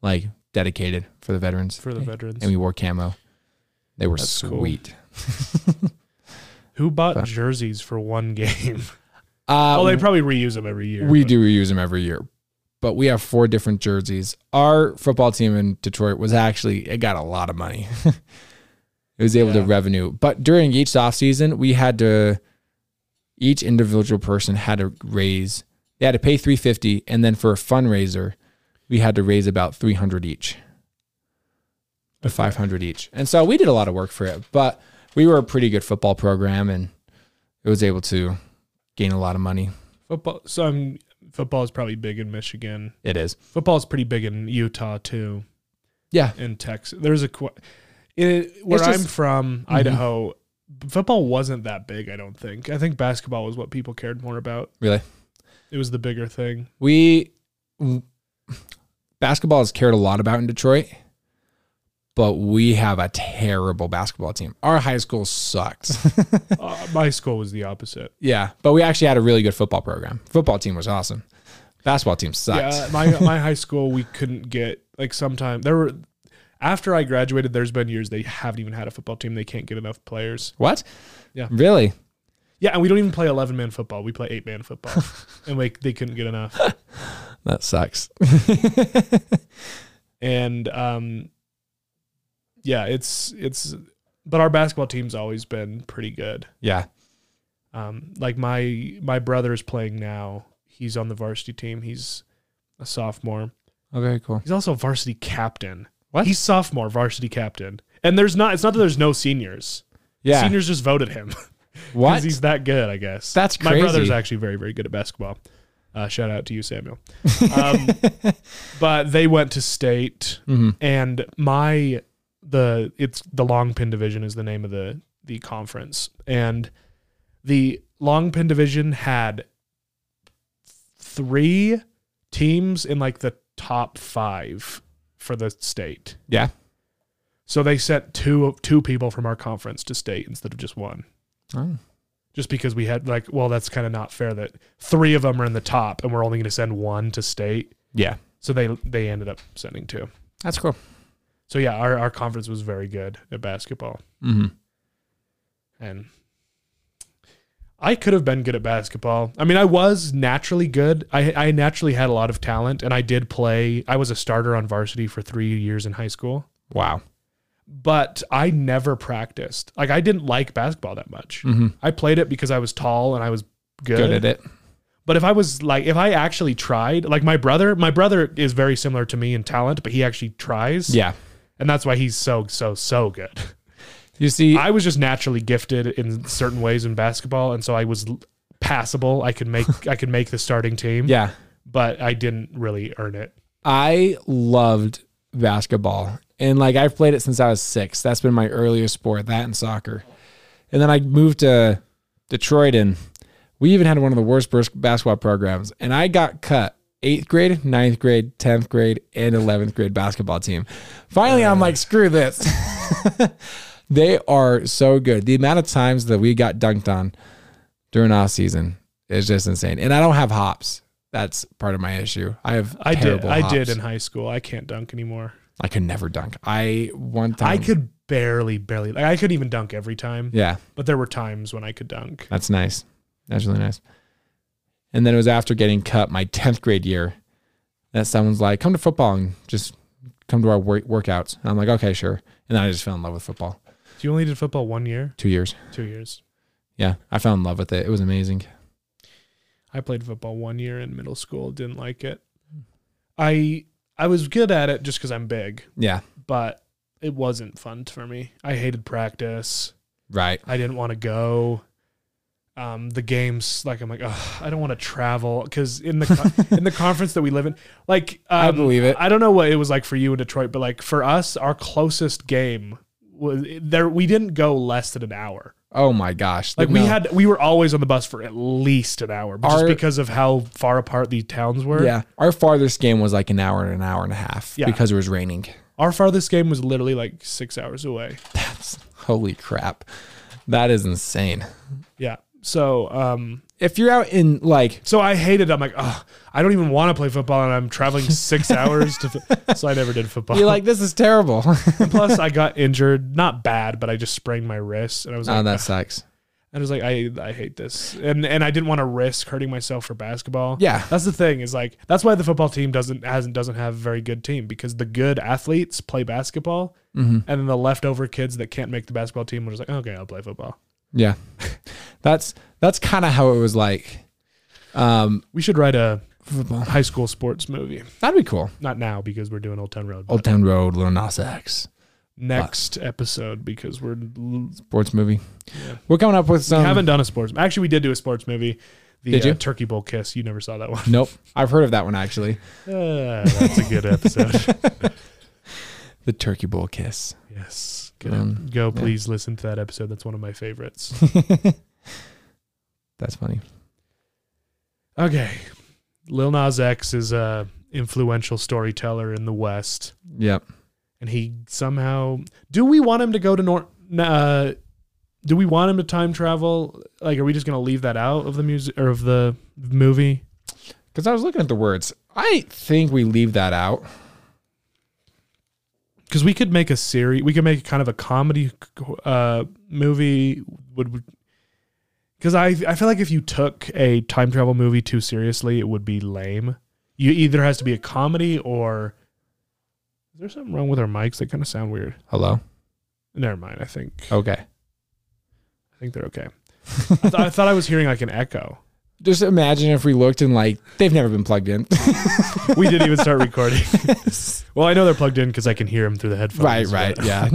like dedicated for the veterans,
for the veterans.
and we wore camo. They were
cool.
sweet.
Who bought jerseys for one
*laughs*
game?
Uh,
Oh, they probably reuse them every year.
we
but-
do reuse them every year, but we have four different jerseys. Our football team in Detroit was actually it got a lot of money. *laughs* it was able to
Yeah.
revenue, but during each offseason, we had to each individual person had to raise. They had to pay three fifty, and then for a fundraiser, we had to raise about three hundred each, or five hundred each. And so we did a lot of work for it, but we were a pretty good football program, and it was able to gain a lot of money.
football. So I'm, football is probably big in Michigan.
It is,
Football is pretty big in Utah too,
yeah.
in Texas. There's a qu- in, where
It's just- Mm-hmm.
I'm from, Idaho. Football wasn't that big. I don't think. I think basketball was what people cared more about.
Really?
It was the bigger
*laughs*
thing.
We w- basketball is cared a lot about in Detroit, but we have a terrible basketball team. Our high school sucks. *laughs*
Uh, my school was the opposite.
yeah, but we actually had a really good football program. Football team was awesome. Basketball team sucks.
Yeah, my my high school we couldn't get like sometime there were after I graduated. There's been years they haven't even had a football team. They can't get enough players.
What?
Yeah.
Really?
Yeah, and we don't even play eleven man football. We play eight man football,
*laughs*
and like they couldn't get enough.
That sucks.
And um, yeah, it's it's but our basketball team's always been pretty good.
*laughs* Yeah.
Um, like my my brother is playing now. He's on the varsity team. He's a sophomore.
Oh, very cool.
He's also varsity captain. What? He's sophomore varsity captain. And there's not. It's not that there's no seniors.
Yeah.
Seniors just voted him *laughs*
what?
because he's that good. I guess
That's
My brother's
crazy.
actually very very good at basketball. Uh, shout out to you,
*laughs*
Samuel. Um, but they went to state,
Mhm.
and my the it's the long pin division is the name of the the conference, and the long pin division had three teams in like the top five for the state.
Yeah.
So they sent two two people from our conference to state instead of just one.
Oh.
Just because we had like, well, that's kind of not fair that three of them are in the top and we're only going to send one to state.
Yeah.
So they they ended up sending two.
That's cool.
So yeah, our our conference was very good at basketball,
hmm
and I could have been good at basketball. I mean, I was naturally good. I I naturally had a lot of talent, and I did play. I was a starter on varsity for three years in high school.
Wow.
but I never practiced. Like I didn't like basketball that much.
Mhm.
I played it because I was tall and I was good.
Good at it.
But if I was like if I actually tried, like my brother, my brother is very similar to me in talent, but he actually tries.
Yeah.
And that's why he's so so so good. *laughs*
You see,
I was just naturally gifted in certain ways in basketball and so I was l- passable. I could make I could make the starting team,
yeah.
but I didn't really earn it.
I loved basketball. And like I've played it since I was six. That's been my earliest sport, that and soccer. And then I moved to Detroit and we even had one of the worst bas- basketball programs. And I got cut eighth grade, ninth grade, 10th grade, and 11th grade basketball team. Finally, I'm like, screw this. *laughs* they are so good. The amount of times that we got dunked on during off season is just insane. And I don't have hops. That's part of my issue. I have
I
terrible
did. I
hops.
did in high school. I can't dunk anymore.
I could never dunk. I one time
I could barely barely. Like I could even dunk every time.
Yeah,
but there were times when I could dunk.
that's nice. That's really nice. And then it was after getting cut my tenth grade year that someone's like, "Come to football and just come to our work- workouts." And I'm like, "Okay, sure." And then I just fell in love with football.
So you only did football one year,
Two years.
two years.
Yeah, I fell in love with it. It was amazing.
I played football one year in middle school. Didn't like it. I I was good at it just because I'm big,
Yeah.
but it wasn't fun for me. I hated practice.
Right.
I didn't want to go. Um, the games, like I'm like, oh, I don't want to travel because in the
*laughs*
co- in the conference that we live in, like
I
um,
believe it.
I don't know what it was like for you in Detroit, but like for us, our closest game was there. We didn't go less than an hour.
Oh my gosh.
Like we
No.
had, we were always on the bus for at least an hour, just
Our-
because of how far apart these towns were.
Yeah. Our farthest game was like an hour and an hour and a half
Yeah.
because it was raining.
Our farthest game was literally like six hours away.
That's holy crap. That is insane.
Yeah. So, um,
If you're out in like
so I hated. I'm like, oh, I don't even want to play football, and I'm traveling six hours to. F-. So I never did football.
you're like this is terrible. *laughs*
And *laughs* plus, I got injured. Not bad, but I just sprained my wrist, and I was
oh,
like,
that
"Ugh."
sucks.
And I was like, I, I hate this, and and I didn't want to risk hurting myself for basketball.
Yeah.
that's the thing is like that's why the football team doesn't hasn't doesn't have a very good team because the good athletes play basketball,
Mm-hmm.
and then the leftover kids that can't make the basketball team were just like, okay, I'll play football.
Yeah. *laughs* That's that's kind of how it was like. Um,
We should write a
football.
high school sports movie.
That'd be cool.
Not now because we're doing Old Town Road.
Old
but
Town Road, Little Nas X,
next episode because we're l-
sports movie.
Yeah.
We're coming up with some.
we haven't done a sports. Actually, we did do a sports movie. The
Did you?
uh, Turkey Bowl kiss. You never saw that
*laughs*
one.
Nope, I've heard of that one actually. Ah,
Uh, that's a good
*laughs*
episode.
The Turkey Bowl Kiss. *laughs*
yes. Good
Um,
ep- Go
yeah.
please listen to that episode. That's one of my favorites.
That's funny.
Okay. Lil Nas X is a influential storyteller in the West,
Yep.
and he somehow do we want him to go to North? Uh, do we want him to time travel? Like, are we just gonna leave that out of the music or of the movie?
Because I was looking at the words. I think we leave that out.
Because we could make a series. We could make kind of a comedy uh, movie. Would because I I feel like if you took a time travel movie too seriously, it would be lame. You either has to be a comedy or. Is there something wrong with our mics? They kind of sound weird.
Hello?
Never mind. I think
Okay.
I think they're okay. I, th- I thought I was hearing like an echo.
Just imagine if we looked and like they've never been plugged in. *laughs*
We didn't even start recording. *laughs* well, I know they're plugged in because I can hear them through the headphones.
right,
but-
right. Yeah. *laughs*
*laughs*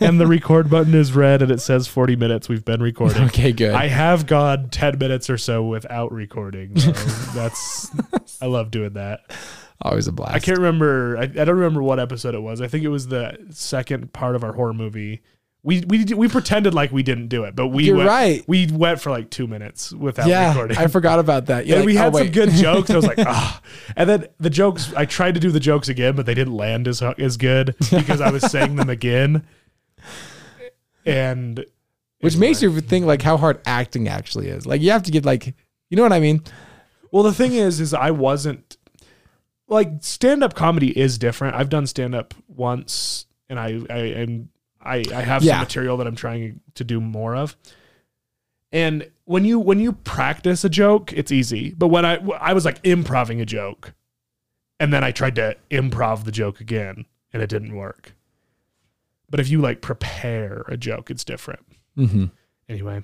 and the record button is red and it says 40 minutes we've been recording
okay, good.
i have gone 10 minutes or so without recording
*laughs*
though. that's i love doing that
Always a blast.
i can't remember I, I don't remember what episode it was i think it was the second part of our horror movie we we did- we pretended like we didn't do it but we
You're
went,
right.
we went for like two minutes without
yeah,
recording
I forgot about that. oh,
*laughs*
Yeah,
and we had some
*laughs*
good jokes. I was like, ah. And then the jokes, I tried to do the jokes again, but they didn't land as as good because I was saying
*laughs*
them again. And
which makes you think like how hard acting actually is. Like you have to get like, you know what I mean?
well, the thing is, is I wasn't like stand up comedy is different. I've done stand up once, and I I and I I have
Yeah.
some material that I'm trying to do more of. And when you when you practice a joke, it's easy. But when I I was like improving a joke, and then I tried to improv the joke again, and it didn't work. But if you like prepare a joke, it's different.
Mm-hmm.
Anyway,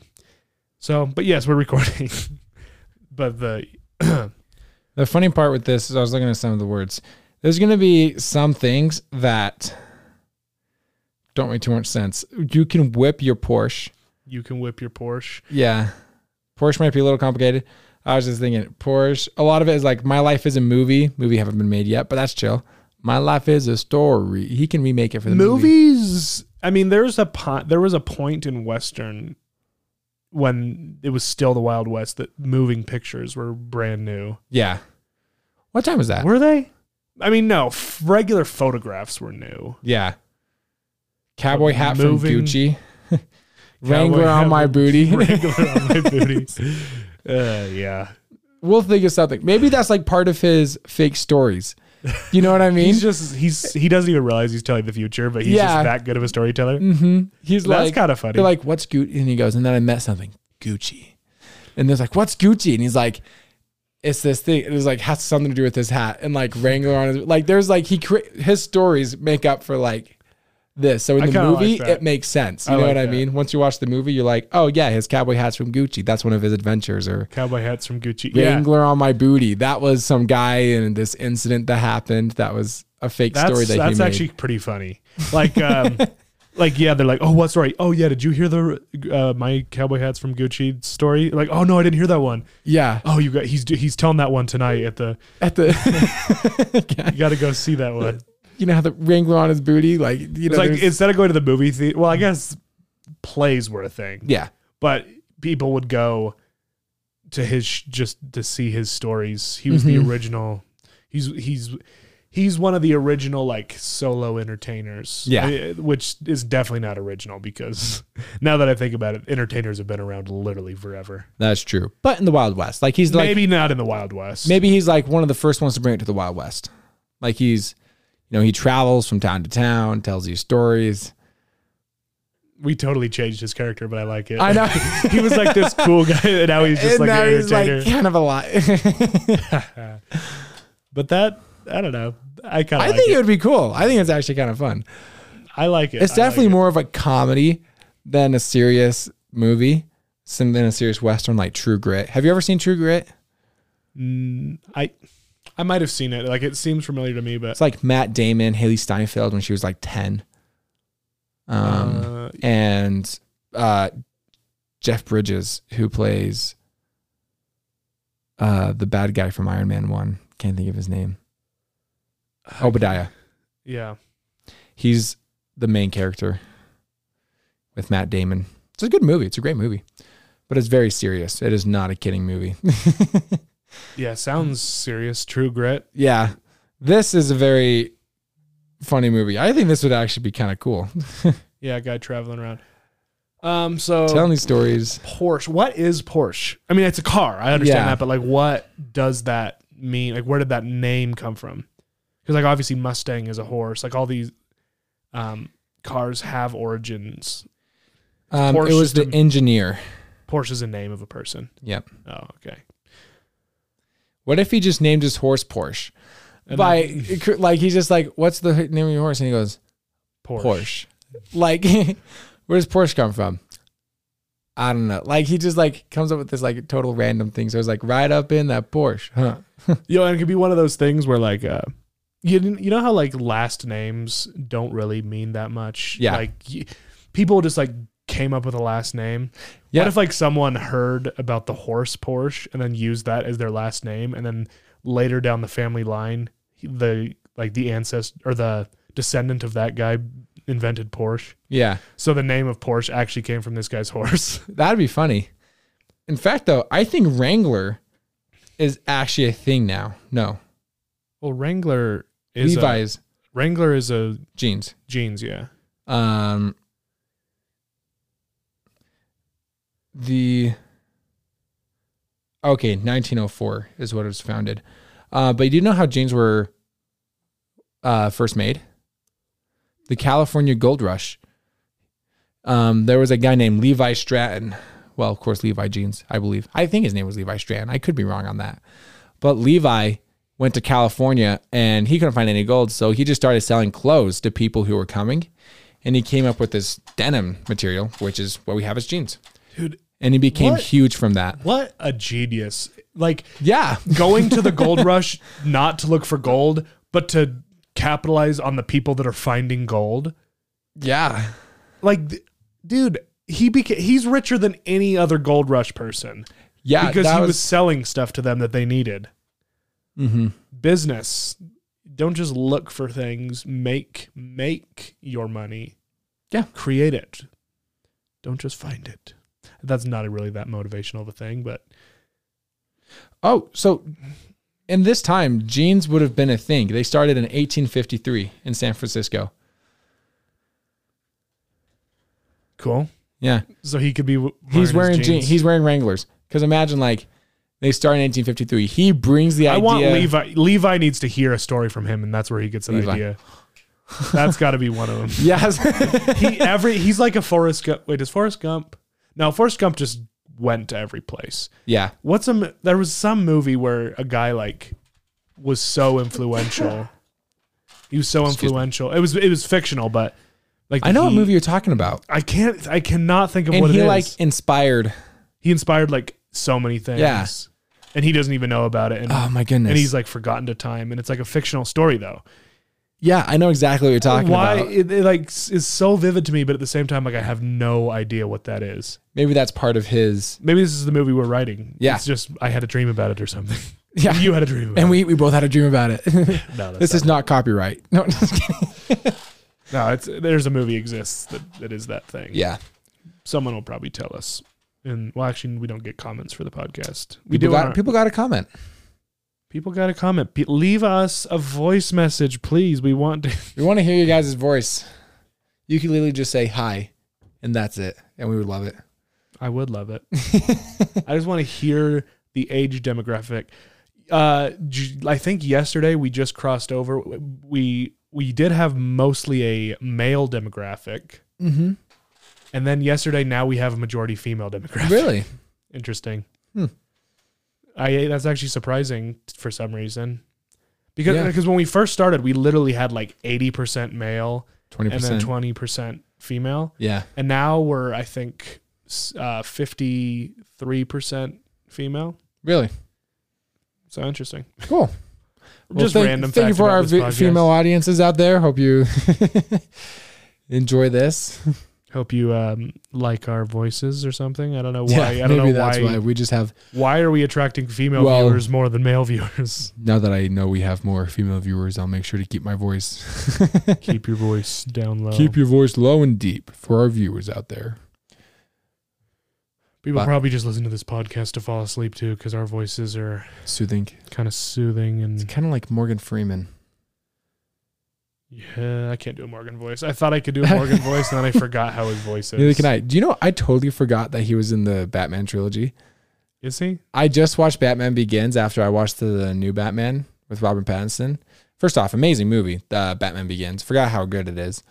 so but yes, we're recording. *laughs* but the
The funny part with this is I was looking at some of the words. There's going to be some things that don't make too much sense. You can whip your Porsche.
you can whip your Porsche.
Yeah. Porsche might be a little complicated. I was just thinking Porsche. A lot of it is like my life is a movie. Movie haven't been made yet, but that's chill. My life is a story. He can remake it for the movie.
Movies. I mean, there's a po- there was a point in Western when it was still the Wild West that moving pictures were brand new.
Yeah. What time was that?
Were they? I mean, no. F- regular photographs were *laughs* new.
yeah. Cowboy hat
Moving-
from Gucci. *laughs* Wrangler
Cowboy
on
hat
my
with *laughs*
booty.
Wrangler on my booty. Uh, yeah.
*laughs* we'll think of something. Maybe that's like part of his fake stories. You know what I
*laughs*
mean?
He's just he's he doesn't even realize he's telling the future, but he's
Yeah.
just that good of a storyteller.
hmm He's
That's
like,
kinda funny.
They're like, "What's Gucci?" And he goes, and then I met something Gucci, and they're like, "What's Gucci?" And he's like, "It's this thing." It was like has something to do with his hat and like Wrangler on his like. There's like he cre- his stories make up for like this. So
I
in the
kinda
movie,
like that.
it makes sense. You
I
know
like
what I
that.
mean? Once you watch the movie, you're like, "Oh yeah, his cowboy hat's from Gucci. That's one of his adventures." Or
Cowboy hats from Gucci. Yeah.
Wrangler on my booty. That was some guy in this incident that happened. That was a fake
that's,
story that he made.
that's actually pretty funny. Like,
*laughs*
um, like yeah, they're like, oh, what story? Oh yeah, did you hear the uh, my cowboy hats from Gucci story? Like, oh no, I didn't hear that one.
yeah.
Oh, you got he's he's telling that one tonight at the. *laughs*
At *laughs* the
You got to go see that one.
*laughs* you know how the wrangler on his booty, like you know,
It's like
there's-
instead of going to the movie theater, well, I guess plays were a thing.
yeah,
but people would go to his sh- just to see his stories. He was
Mhm.
the original. He's he's he's one of the original like solo entertainers.
Yeah.
I- which is definitely not original because *laughs* now that I think about it, entertainers have been around literally forever.
that's true. But in the Wild West, like he's like maybe,
maybe not in the Wild West.
he's like one of the first ones to bring it to the Wild West. Like he's, you know, he travels from town to town, tells you stories.
we totally changed his character, but I like it.
I *laughs* know.
*laughs* he was like this cool guy, and now he's just
*laughs* and
like
now
an
he's
entertainer.
like kind of a lot. *laughs* I
but that I don't know. I kind of like
think it.
it.
would be cool. I think it's actually kind of fun.
I like it.
It's
I like
definitely
it.
more of a comedy than a serious movie, some than a serious western like True Grit. Have you ever seen True Grit?
Mm, I I might have seen it. Like it seems familiar to me, but
It's like Matt Damon, Haley Steinfeld when she was like ten. Um.
uh,
and uh, Jeff Bridges, who plays uh, the bad guy from Iron Man One. Can't think of his name. Obadiah.
yeah,
He's the main character with Matt Damon. It's a good movie. It's a great movie, but it's very serious. It is not a kidding movie.
yeah, sounds serious. True Grit.
yeah, this is a very funny movie. I think this would actually be kind of cool. *laughs*
Yeah, guy traveling around. Um, so
Telling these stories.
Porsche. What is Porsche? I mean, it's a car. I understand
Yeah.
that, but like, what does that mean? Like, where did that name come from? Because like, obviously, Mustang is a horse. Like all these um, cars have origins.
Um, it
Porsche
was the
system.
engineer.
Porsche is a name of a person.
Yep.
Oh, okay.
What if he just named his horse Porsche?
And
By
then
it could- like he's just like, what's the h- name of your horse? And he goes
Porsche.
Porsche. Like, *laughs* where does Porsche come from? I don't know. Like he just like comes up with this like total random thing. So it's like right up in that Porsche, huh?
Yo, and it could be one of those things where like, uh, you didn't- you know how like last names don't really mean that much.
Yeah.
Like y- people just like came up with a last name.
Yeah.
What if like someone heard about the horse Porsche and then used that as their last name, and then later down the family line, he- the like the ancestor or the descendant of that guy invented Porsche.
Yeah,
So the name of Porsche actually came from this guy's *laughs* horse.
that'd be funny. In fact, though, I think Wrangler is actually a thing now. No,
Well, Wrangler is a,
Levi's
Wrangler is a
jeans.
jeans, yeah.
Um, the okay, 1904 is what it was founded. Uh, but you do know how jeans were uh, first made? The California Gold Rush. Um, there was a guy named Levi Stratton. Well, of course, Levi jeans, I believe. I think his name was Levi Stratton. I could be wrong on that. But Levi went to California and he couldn't find any gold. So he just started selling clothes to people who were coming. And he came up with this denim material, which is what we have as jeans.
Dude,
And he became
What?
huge from that.
What a genius. Like
Yeah.
going to the gold rush not to look for gold, but to capitalize on the people that are finding gold.
*laughs* Yeah.
Like th- dude, he became he's richer than any other gold rush person
Yeah.
because
that
he was, selling stuff to them that they needed.
Mhm.
Business. Don't just look for things, make make your money.
Yeah.
Create it. Don't just find it. That's not really that motivational of a thing, but
Oh, so in this time, jeans would have been a thing. They started in 1853 in San Francisco.
cool.
Yeah.
So he could be w-
He's wearing
his
jeans. He's wearing Wranglers. Because imagine, like, they start in 1853. He brings the
I
idea.
want Levi. Levi needs to hear a story from him, and that's where he gets an
Levi.
idea. That's got to be one of
*laughs*
them.
*laughs* Yes.
He every he's like a Forrest Gump. Wait, is Forrest Gump? No, Forrest Gump just went to every place.
yeah.
What's a m- there was some movie where a guy like was so influential. He was so
me.
influential. It was it was fictional, but like
I know what
he-
movie you're talking about.
I can't. I cannot think of
And
what
he,
it is.
like, inspired.
he inspired like so many things.
Yeah.
and he doesn't even know about it. And,
Oh, my goodness.
and he's like forgotten to time. And it's like a fictional story though.
yeah, I know exactly what you're talking
why
about.
it, it like s- is so vivid to me but at the same time like i have no idea what that is
Maybe that's part of his.
maybe this is the movie we're writing
Yeah.
it's just i had a dream about it or something *laughs*
Yeah.
you had a dream about
*laughs* And we, we both had a dream about it. *laughs*
it no, that's
this is not copyright. *laughs* No, just kidding.
no it's there's a movie exists that, that is that thing
Yeah.
someone will probably tell us and well actually we don't get comments for the podcast we
People
do
got,
on our-
people got a comment.
people got a comment Pe- leave us a voice message please we want to
We want to hear your guys' voice. You can literally just say hi, and that's it, and we would love it.
I would love
*laughs*
it. I just want to hear the age demographic. Uh, j- I think yesterday we just crossed over. We we did have mostly a male demographic,
Mm-hmm.
and then yesterday now we have a majority female demographic.
Really?
interesting.
Hmm.
I that's actually surprising t- for some reason, because
Yeah.
because when we first started, we literally had like eighty percent male
Twenty
and then
percent.
twenty percent female
Yeah.
and now we're I think fifty three percent female.
Really?
So interesting.
Cool.
*laughs*
Well,
Just
thank,
random.
Thank you
fact
for
about
our
this
vi-
podcast.
female audiences out there. Hope you *laughs* enjoy this.
Hope you um, like our voices or something. I don't know why. I don't know
that's
why,
why
why.
we just have.
are we attracting female
Well-
viewers more than male
*laughs*
viewers?
Now that I know we have more female viewers, I'll make sure to keep my voice. *laughs*
Keep your voice down low.
Keep your voice low and deep for our viewers out there.
People probably just listen to this podcast to fall asleep too, because our voices are
Soothing.
kind of soothing
It's
and
kind of like Morgan Freeman.
Yeah, I can't do a Morgan voice. I thought I could do a
*laughs*
Morgan voice, and then I forgot how his voice is.
Neither can I. Do you know? I totally forgot that he was in the Batman trilogy.
Is he?
I just watched Batman Begins after I watched the, the new Batman with Robert Pattinson. First off, amazing movie, uh, Batman Begins. Forgot how good it is.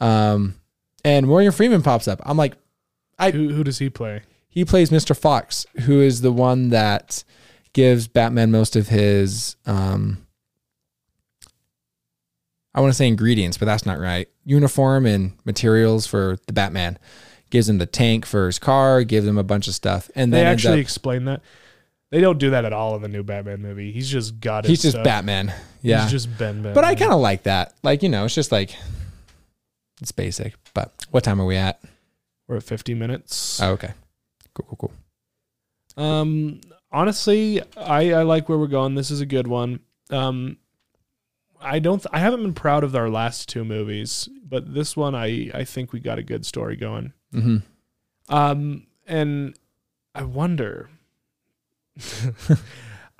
Um, and Morgan Freeman pops up. I'm like, I-
Who who does he play?
he plays Mr. Fox, who is the one that gives Batman most of his um I want to say ingredients, but that's not right. Uniform and materials for the Batman. Gives him the tank for his car, gives him a bunch of stuff. And
They
then ends
actually
up,
explain that. They don't do that at all in the new Batman movie. He's just got.
he's just
stuff.
Batman. Yeah.
He's just Ben. Batman.
but I kind of like that. Like, you know, it's just like it's basic. But what time are we at?
we're at fifty minutes.
Oh, okay. Cool, cool, cool. Oh.
Um, honestly, I, I like where we're going. This is a good one. Um, I don't. Th- I haven't been proud of our last two movies, but this one, I I think we got a good story going.
Mm-hmm.
Um, and I wonder. *laughs*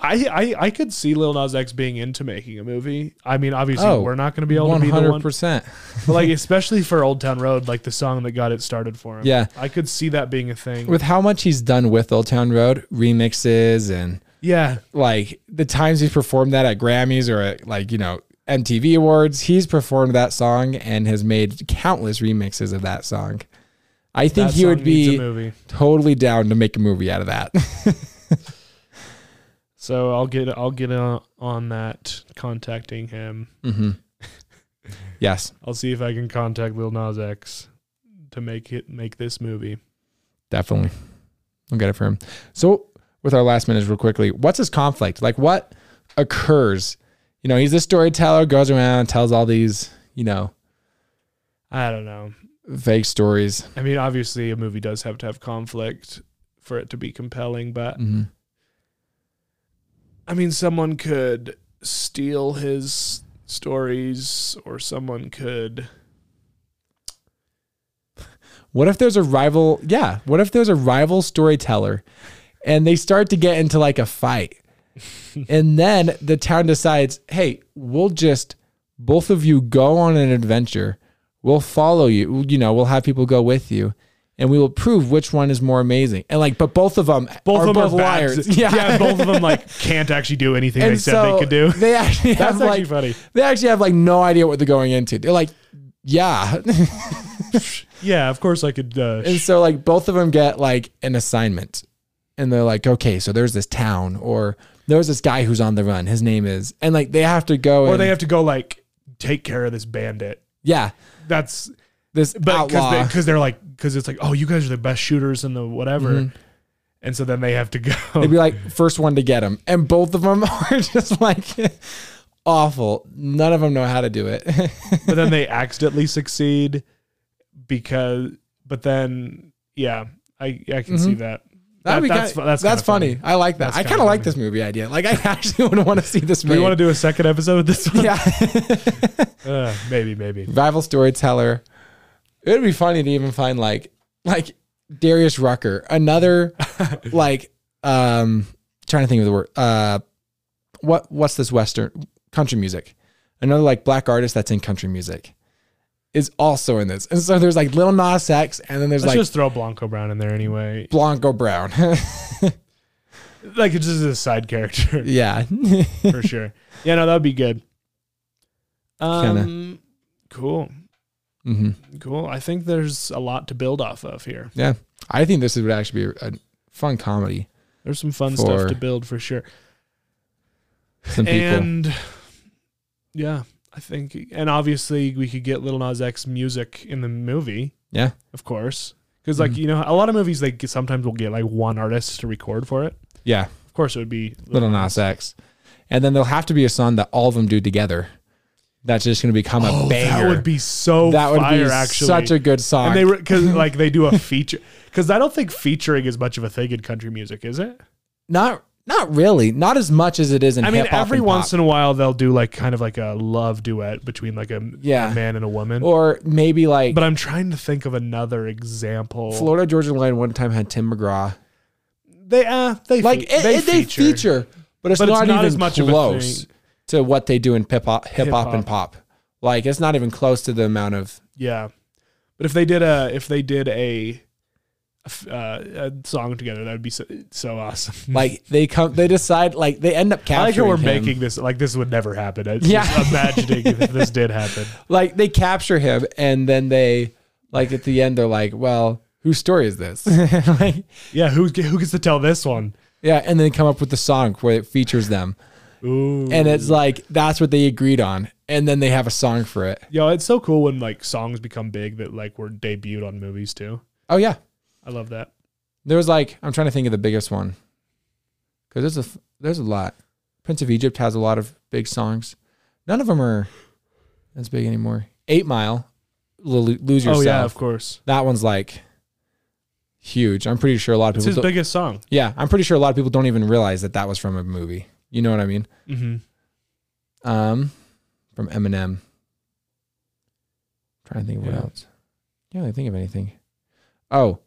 I, I I could see Lil Nas X being into making a movie. I mean, obviously,
Oh,
we're not going to be able to be the one,
100%.
but like especially for Old Town Road, like the song that got it started for him.
Yeah.
I could see that being a thing.
with how much he's done with Old Town Road remixes and
yeah,
like the times he's performed that at Grammys or at like you know MTV Awards, he's performed that song and has made countless remixes of that song. I think
that
he would
song needs a
be
movie.
totally down to make a movie out of that. *laughs*
So I'll get I'll get uh, on that contacting him.
hmm Yes,
I'll see if I can contact Lil Nas X to make it make this movie.
definitely. I'll get it for him. So with our last minutes, real quickly, what's his conflict? Like what occurs? You know, he's a storyteller, goes around, and tells all these, you know,
I don't know.
fake stories.
I mean, obviously a movie does have to have conflict for it to be compelling, but
Mm-hmm.
I mean, someone could steal his stories or someone could
What if there's a rival? Yeah. What if there's a rival storyteller and they start to get into like
*laughs*
a fight? and then the town decides, hey, we'll just, both of you go on an adventure. We'll follow you. You know, we'll have people go with you and we will prove which one is more amazing. And like, but both of them
both
are
of them
both
are bad- *laughs*
liars.
Yeah. both of them like can't actually do anything they
And
said
so
they could do.
*laughs* They actually
That's
have
actually
like,
funny.
they actually have like no idea what they're going into. They're like,
*laughs*
yeah. *laughs*
Yeah, of course I could. Uh,
And so like both of them get like an assignment and they're like, okay, so there's this town or there's this guy who's on the run. His name is, and like they have to go
or
and,
they have to go like take care of this bandit.
yeah,
That's
this
but because
outlaw.
they, cause they're like because it's like oh you guys are the best shooters and the whatever and so then they have to go
Mm-hmm. They'd be like first one to get him. And both of them *laughs* are just like awful. None of them know how to do it.
*laughs*
*laughs*
but then they accidentally succeed because but then yeah i i can see that,
Mm-hmm. That'd be
That- that's
kinda-
fu- that's kinda
funny. I like that.
That's
I
kinda
kind of like
funny.
this movie idea. Like I *laughs* actually would want to see this
do
movie.
we want to do a second episode of this one
*laughs* yeah.
uh, maybe maybe
rival storyteller. It would be funny to even find like like Darius Rucker,
*laughs*
another like um trying to think of the word uh what what's this western country music? Another like black artist that's in country music is also in this. And so there's like Lil Nas X and then there's
let's
like
just throw blanco brown in there anyway
Blanco Brown. *laughs*
like it's just a side character *laughs*
yeah. *laughs*
for sure yeah no that'd be good um cool
hmm
cool i think there's a lot to build off of here
Yeah. I think this would actually be a, a fun comedy.
There's some fun
For-
stuff to build for sure.
Some people.
And yeah, I think, and obviously we could get Little Nas X music in the movie,
yeah.
of course, because
Mm-hmm.
like you know, a lot of movies they get, sometimes will get like one artist to record for it.
Yeah.
Of course, it would be
Little Nas X. And then there'll have to be a song that all of them do together. That's just going to become a
Oh,
banger.
that would be so
That would
fire,
be
actually.
such a good song.
and they
*laughs*
because like they do a feature because I don't think featuring is much of a thing in country music, is it?
not not really, not as much as it is in.
I mean,
hip-hop
every
and
once
pop.
in a while they'll do like kind of like a love duet between like a,
Yeah.
a man and a woman.
or maybe like
But I'm trying to think of another example.
Florida Georgia Line one time had Tim McGraw.
They uh they
Like
fe-
it, it- they feature, but it's
But it's
not
not
even
as much of a
close
thing.
to what they do in hip hop, hip hop
Hip-hop.
and pop. Like it's not even close to the amount of
Yeah, but if they did a if they did a a f- uh, a song together, that would be so, so awesome.
like they come they decide like they end up
Mm. *laughs* I like how
capturing
we're
him.
making this like this would never happen. It's
Yeah.
just imagining
*laughs*
if this did happen.
like they capture him and then they like at the end they're like, well, whose story
*laughs*
is this? like,
Yeah, who who gets to tell this one?
yeah, and then come up with the song where it features them.
Ooh,
And it's like that's what they agreed on. And then they have a song for it.
yo, it's so cool when like songs become big that like were debuted on movies too.
Oh yeah.
I love that.
There was like I'm trying to think of the biggest one. Cuz there's a f- there's a lot. Prince of Egypt has a lot of big songs. None of them are as big anymore. 8 Mile, Lo- Lose Yourself.
Oh yeah, of course.
That one's like huge. I'm pretty sure a lot of
It's
people
his
don't-
biggest song.
Yeah, I'm pretty sure a lot of people don't even realize that that was from a movie. You know what I mean?
*laughs* Mm-hmm.
Um, from Eminem. trying to think of what
Yeah.
else. Can't really think of anything. Oh,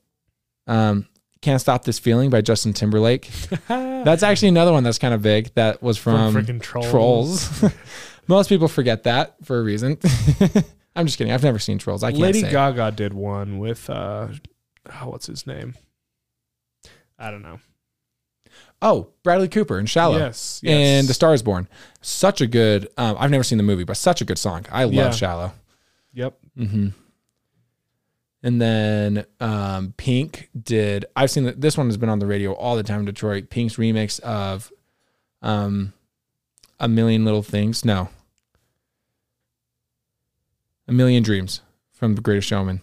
um, "Can't Stop This Feeling" by Justin Timberlake. That's actually another one that's kind of big. That was from,
freaking trolls.
Trolls. *laughs* Most people forget that for a reason. *laughs* I'm just kidding. I've never seen Trolls. I can't
Lady
say.
Gaga did one with uh, oh, what's his name? I don't know.
Oh, Bradley Cooper and Shallow.
Yes, yes.
And The Star Is Born. Such a good. Um, I've never seen the movie, but such a good song. I love
Yeah.
Shallow.
Yep.
Mm-hmm. And then um, Pink did. I've seen that this one has been on the radio all the time in Detroit. Pink's remix of um, "A Million Little Things." No, "A Million Dreams" from The Greatest Showman.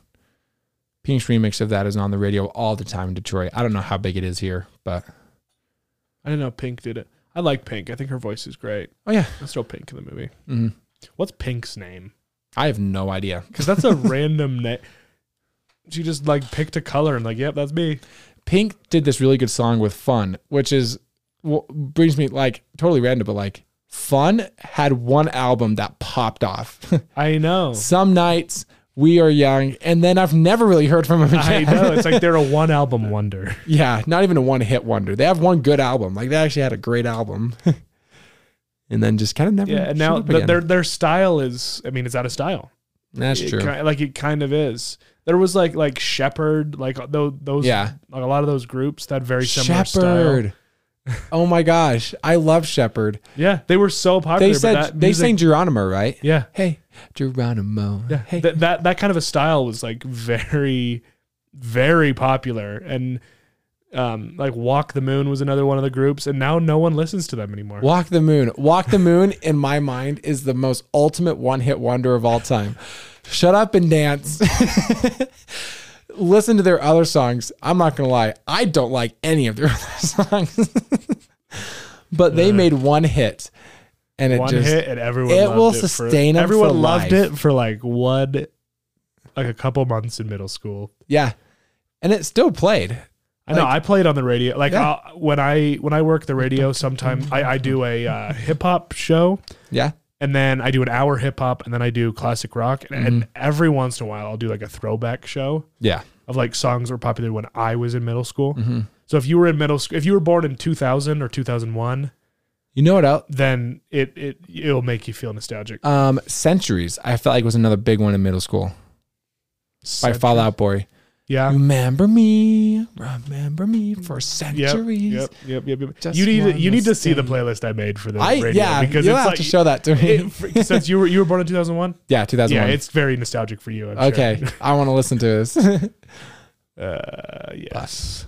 Pink's remix of that is on the radio all the time in Detroit. I don't know how big it is here, but
I didn't know Pink did it. I like Pink. I think her voice is great.
oh yeah,
Let's throw Pink in the movie.
hmm
What's Pink's name?
I have no idea.
Because that's
*laughs*
a random name. She just like picked a color and like, yep, that's me.
Pink did this really good song with Fun, which is what brings me like totally random, but like Fun had one album that popped off. *laughs*
I know.
Some nights we are young, and then I've never really heard from them
I
*laughs* again.
know. It's like they're a one album wonder.
yeah, not even a one hit wonder. They have one good album. Like they actually had a great album, *laughs* and then just kind of never.
Yeah, and now
showed up
th-
again.
their their style is I mean, it's out of style.
that's
It
true.
ki- like it kind of is. There was like like Shepherd, like uh, tho- those
Yeah.
like a lot of those groups that very similar style.
Shepherd. *laughs* Oh my gosh, I love Shepherd.
Yeah, they were so popular.
They
but
said
that
they
music-
sang Geronimo, right?
Yeah,
Hey, Geronimo.
yeah.
Hey,
That, that that kind of a style was like very, very popular. And um, like Walk the Moon was another one of the groups, and now no one listens to them anymore.
Walk the Moon. Walk the Moon, in my mind, is the most ultimate one hit wonder of all time. Shut up and dance. *laughs* Listen to their other songs. I'm not going to lie. I don't like any of their *laughs* other songs. *laughs* but they made one hit. And it
one
just.
hit and everyone.
it
loved
will
it for-
sustain 'em
everyone
for
loved
life.
it for like one, like a couple months in middle school.
Yeah. And it still played.
I know. I play it on the radio. Like
Yeah.
I'll, when I when I work the radio, sometimes I, I do a uh, hip hop show,
Yeah.
and then I do an hour hip hop, and then I do classic rock, and,
Mm-hmm.
and every once in a while I'll do like a throwback show
Yeah.
of like songs that were popular when I was in middle school.
Mm-hmm.
So if you were in middle school, if you were born in two thousand or two thousand one,
You know what else?
then it it it'll make you feel nostalgic.
Um, Centuries, I felt like was another big one in middle school by Fallout Boy.
Yeah.
Remember me, remember me for
Yep,
centuries.
yep, yep, yep, yep.
Just
You need
one
you need to see the
mistake.
playlist I made for the
I
radio
yeah,
because
you'll
it's
have
like
to show that to me. *laughs*
it, since you were you were born in two thousand one.
yeah,
*laughs*
2001.
Yeah, it's very nostalgic for you. I'm
okay, I want to listen to this. *laughs*
Sure. *laughs* Uh, yes.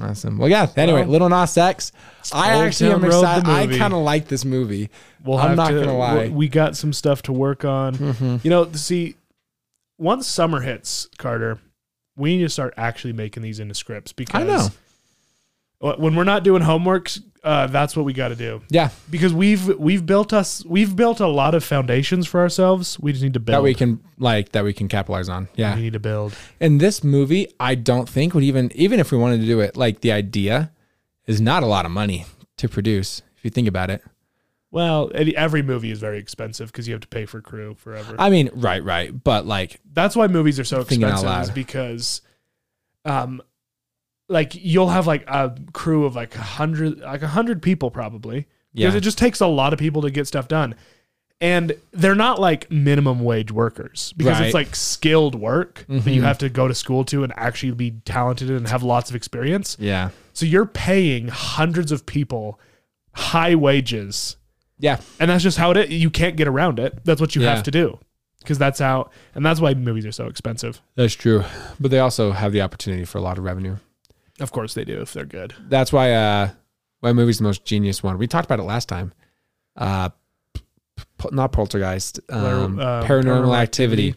awesome. Well, yeah. Anyway,
Well,
Little Nas X. I
Old
actually
Town
am
Road, the
excited. I
movie.
kind of like this movie.
We'll
I'm
have
not
to-
gonna lie.
we- We got some stuff to work on.
Mm-hmm.
You know, see, once summer hits, Carter, we need to start actually making these into scripts because
I know.
wh- when we're not doing homeworks, uh, that's what we got to do
Yeah,
because we've we've built us we've built a lot of foundations for ourselves. We just need to build.
that we can like that we can capitalize on. Yeah.
we need to build.
And this movie, I don't think would even even if we wanted to do it. Like the idea is not a lot of money to produce if you think about it.
Well, any- every movie is very expensive because you have to pay for crew forever.
I mean, right, right, but like
that's why movies are so
Thinking out
expensive is
loud.
because um like you'll have like a crew of like a hundred like a hundred people probably
yeah,
because it just takes a lot of people to get stuff done and they're not like minimum wage workers because
Right. Mm-hmm.
it's like skilled work that you have to go to school to and actually be talented and have lots of experience.
Yeah.
So you're paying hundreds of people high wages,
Yeah.
and that's just how it is. You can't get around it. That's what you
Yeah.
have to do because that's how, and that's why movies are so expensive.
That's true. But they also have the opportunity for a lot of revenue.
Of course they do if they're good.
That's why uh why movie's the most genius one. We talked about it last time. Uh p- not poltergeist. Um,
uh,
paranormal,
Paranormal
activity.
Activity.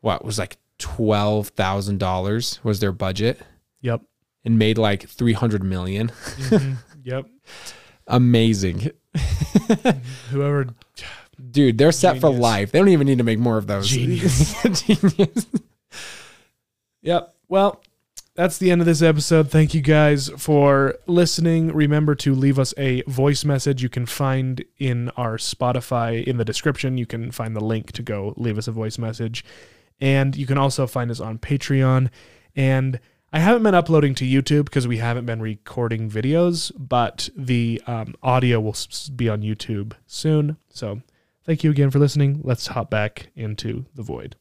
What was like twelve thousand dollars was their budget
Yep.
and made like three hundred million. *laughs*
Yep.
Amazing.
Whoever
Dude, they're set for
Genius.
life. They don't even need to make more of those.
Genius.
*laughs* Genius.
Yep. Well, that's the end of this episode. Thank you guys for listening. Remember to leave us a voice message. You can find in our Spotify in the description. You can find the link to go leave us a voice message. And you can also find us on Patreon. And I haven't been uploading to YouTube because we haven't been recording videos, but the um, audio will s- s- be on YouTube soon. So thank you again for listening. Let's hop back into the void.